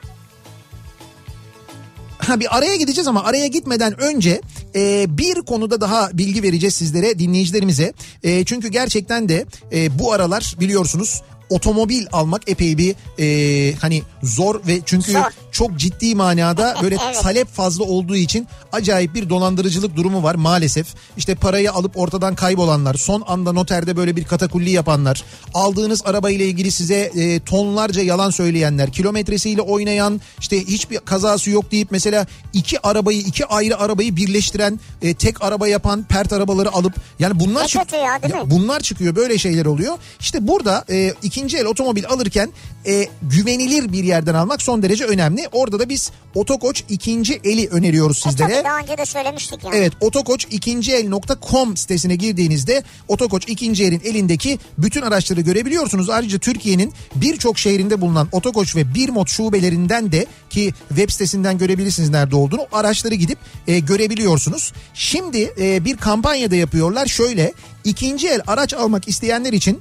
S2: Ha bir araya gideceğiz ama araya gitmeden önce e, bir konuda daha bilgi vereceğiz sizlere dinleyicilerimize. E, çünkü gerçekten de e, bu aralar biliyorsunuz otomobil almak epey bir e, hani zor ve çünkü
S1: Zor.
S2: çok ciddi manada böyle
S1: Evet.
S2: talep fazla olduğu için acayip bir dolandırıcılık durumu var maalesef. İşte parayı alıp ortadan kaybolanlar, son anda noterde böyle bir katakulli yapanlar, aldığınız arabayla ilgili size e, tonlarca yalan söyleyenler, kilometresiyle oynayan, işte hiçbir kazası yok deyip mesela iki arabayı, iki ayrı arabayı birleştiren, e, tek araba yapan, pert arabaları alıp yani bunlar
S1: Ne kötü ya, değil mi?
S2: bunlar çıkıyor böyle şeyler oluyor. İşte burada e, ikinci el otomobil alırken e, güvenilir bir yerden almak son derece önemli. Orada da biz Otokoç ikinci eli öneriyoruz
S1: E
S2: sizlere.
S1: tabii daha önce de söylemiştik yani.
S2: Evet otokoç ikinci el.com sitesine girdiğinizde otokoç ikinci elin elindeki bütün araçları görebiliyorsunuz. Ayrıca Türkiye'nin birçok şehrinde bulunan otokoç ve Birmot şubelerinden de ki web sitesinden görebilirsiniz nerede olduğunu araçları gidip e, görebiliyorsunuz. Şimdi e, bir kampanyada yapıyorlar şöyle ikinci el araç almak isteyenler için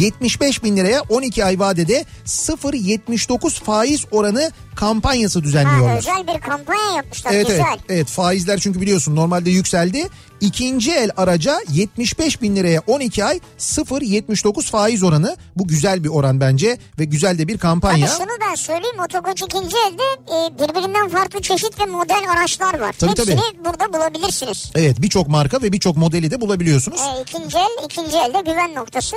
S2: 75 bin liraya 12 ay vadede 0.79 faiz oranı kampanyası
S1: Ha,
S2: düzenliyorlar.
S1: özel bir kampanya yapmışlar
S2: Evet,
S1: güzel.
S2: evet, evet faizler çünkü biliyorsun normalde yükseldi. İkinci el araca 75 bin liraya 12 ay 0.79 faiz oranı. Bu güzel bir oran bence ve güzel de bir kampanya.
S1: Abi şunu ben söyleyeyim Otokoç ikinci elde e, birbirinden farklı çeşit ve model araçlar var.
S2: Tabii,
S1: Hepsini
S2: tabii.
S1: burada bulabilirsiniz.
S2: Evet birçok marka ve birçok modeli de bulabiliyorsunuz.
S1: E, ikinci el, ikinci elde güven noktası.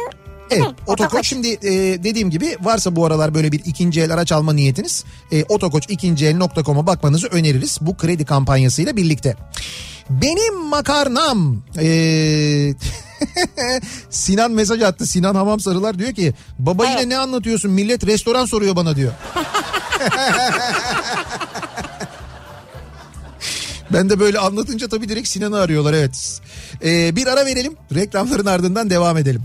S1: değil
S2: Evet
S1: mi?
S2: Otokoç şimdi e, dediğim gibi varsa bu aralar böyle bir ikinci el araç alma niyetiniz e, otokoçikinciel.com'a bakmanızı öneririz. Bu kredi kampanyasıyla birlikte. Benim makarnam e, (laughs) Sinan mesaj attı Sinan Hamam Sarılar diyor ki baba yine
S1: Evet.
S2: ne anlatıyorsun millet restoran soruyor bana diyor. Ben de böyle anlatınca tabii direkt Sinan'ı arıyorlar evet. E, bir ara verelim reklamların ardından devam edelim.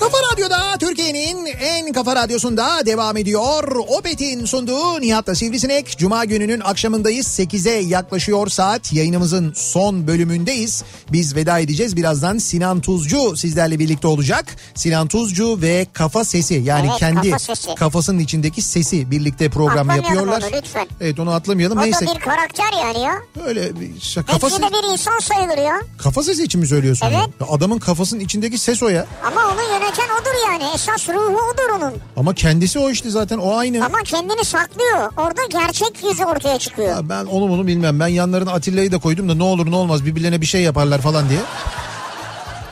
S2: Kafa Radyo'da Türkiye'nin en kafa radyosunda devam ediyor. Opet'in sunduğu Nihat'la Sivrisinek. Cuma gününün akşamındayız. 8'e yaklaşıyor saat. Yayınımızın son bölümündeyiz. Biz veda edeceğiz. Birazdan Sinan Tuzcu sizlerle birlikte olacak. Sinan Tuzcu ve Kafa Sesi yani
S1: Evet,
S2: kendi
S1: Kafa Sesi.
S2: kafasının içindeki sesi birlikte program
S1: Atlamayalım
S2: yapıyorlar.
S1: onu lütfen.
S2: Evet onu atlamayalım.
S1: O
S2: Neyse
S1: da bir karakter yani ya.
S2: öyle bir şa- kafa,
S1: Hepsi
S2: sesi,
S1: de bir insan sayılır ya.
S2: kafa sesi için mi söylüyorsun?
S1: Evet.
S2: bunu? Ya Adamın kafasının içindeki ses o ya.
S1: Ama onu yöneten odur yani. Esas ruhu odur onun.
S2: Ama kendisi o işte zaten o aynı.
S1: Ama kendini saklıyor. Orada gerçek yüzü ortaya çıkıyor.
S2: Ya ben onu bunu bilmem. Ben yanlarına Atilla'yı da koydum da ne olur ne olmaz birbirlerine bir şey yaparlar falan diye.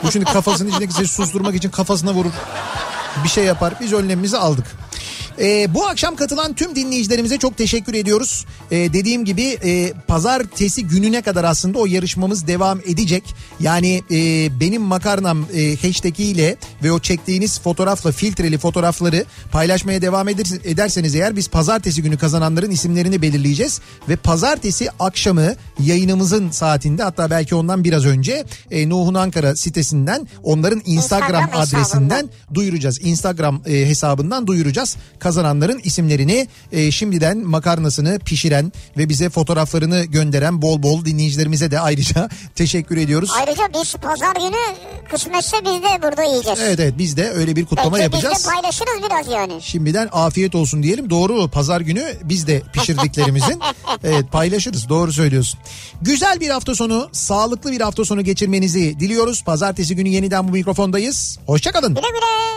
S2: Bu şimdi kafasının içindeki sesi susturmak için kafasına vurur. Bir şey yapar. Biz önlemimizi aldık. Ee, bu akşam katılan tüm dinleyicilerimize çok teşekkür ediyoruz. Ee, dediğim gibi e, pazartesi gününe kadar aslında o yarışmamız devam edecek. Yani e, benim makarnam e, hashtagiyle ve o çektiğiniz fotoğrafla filtreli fotoğrafları paylaşmaya devam ederseniz, ederseniz eğer biz pazartesi günü kazananların isimlerini belirleyeceğiz. Ve pazartesi akşamı yayınımızın saatinde hatta belki ondan biraz önce e, Nuh'un Ankara sitesinden onların Instagram,
S1: Instagram
S2: adresinden duyuracağız. Instagram e, hesabından duyuracağız. Kazananların isimlerini e, şimdiden makarnasını pişiren ve bize fotoğraflarını gönderen bol bol dinleyicilerimize de ayrıca (laughs) teşekkür ediyoruz.
S1: Ayrıca biz pazar günü kısmetse biz de burada yiyeceğiz.
S2: Evet evet biz de öyle bir kutlama
S1: Belki
S2: yapacağız.
S1: Biz de paylaşırız biraz yani.
S2: Şimdiden afiyet olsun diyelim. Doğru pazar günü biz de pişirdiklerimizin evet, paylaşırız. Doğru söylüyorsun. Güzel bir hafta sonu, sağlıklı bir hafta sonu geçirmenizi diliyoruz. Pazartesi günü yeniden bu mikrofondayız. Hoşçakalın.
S1: Güle güle.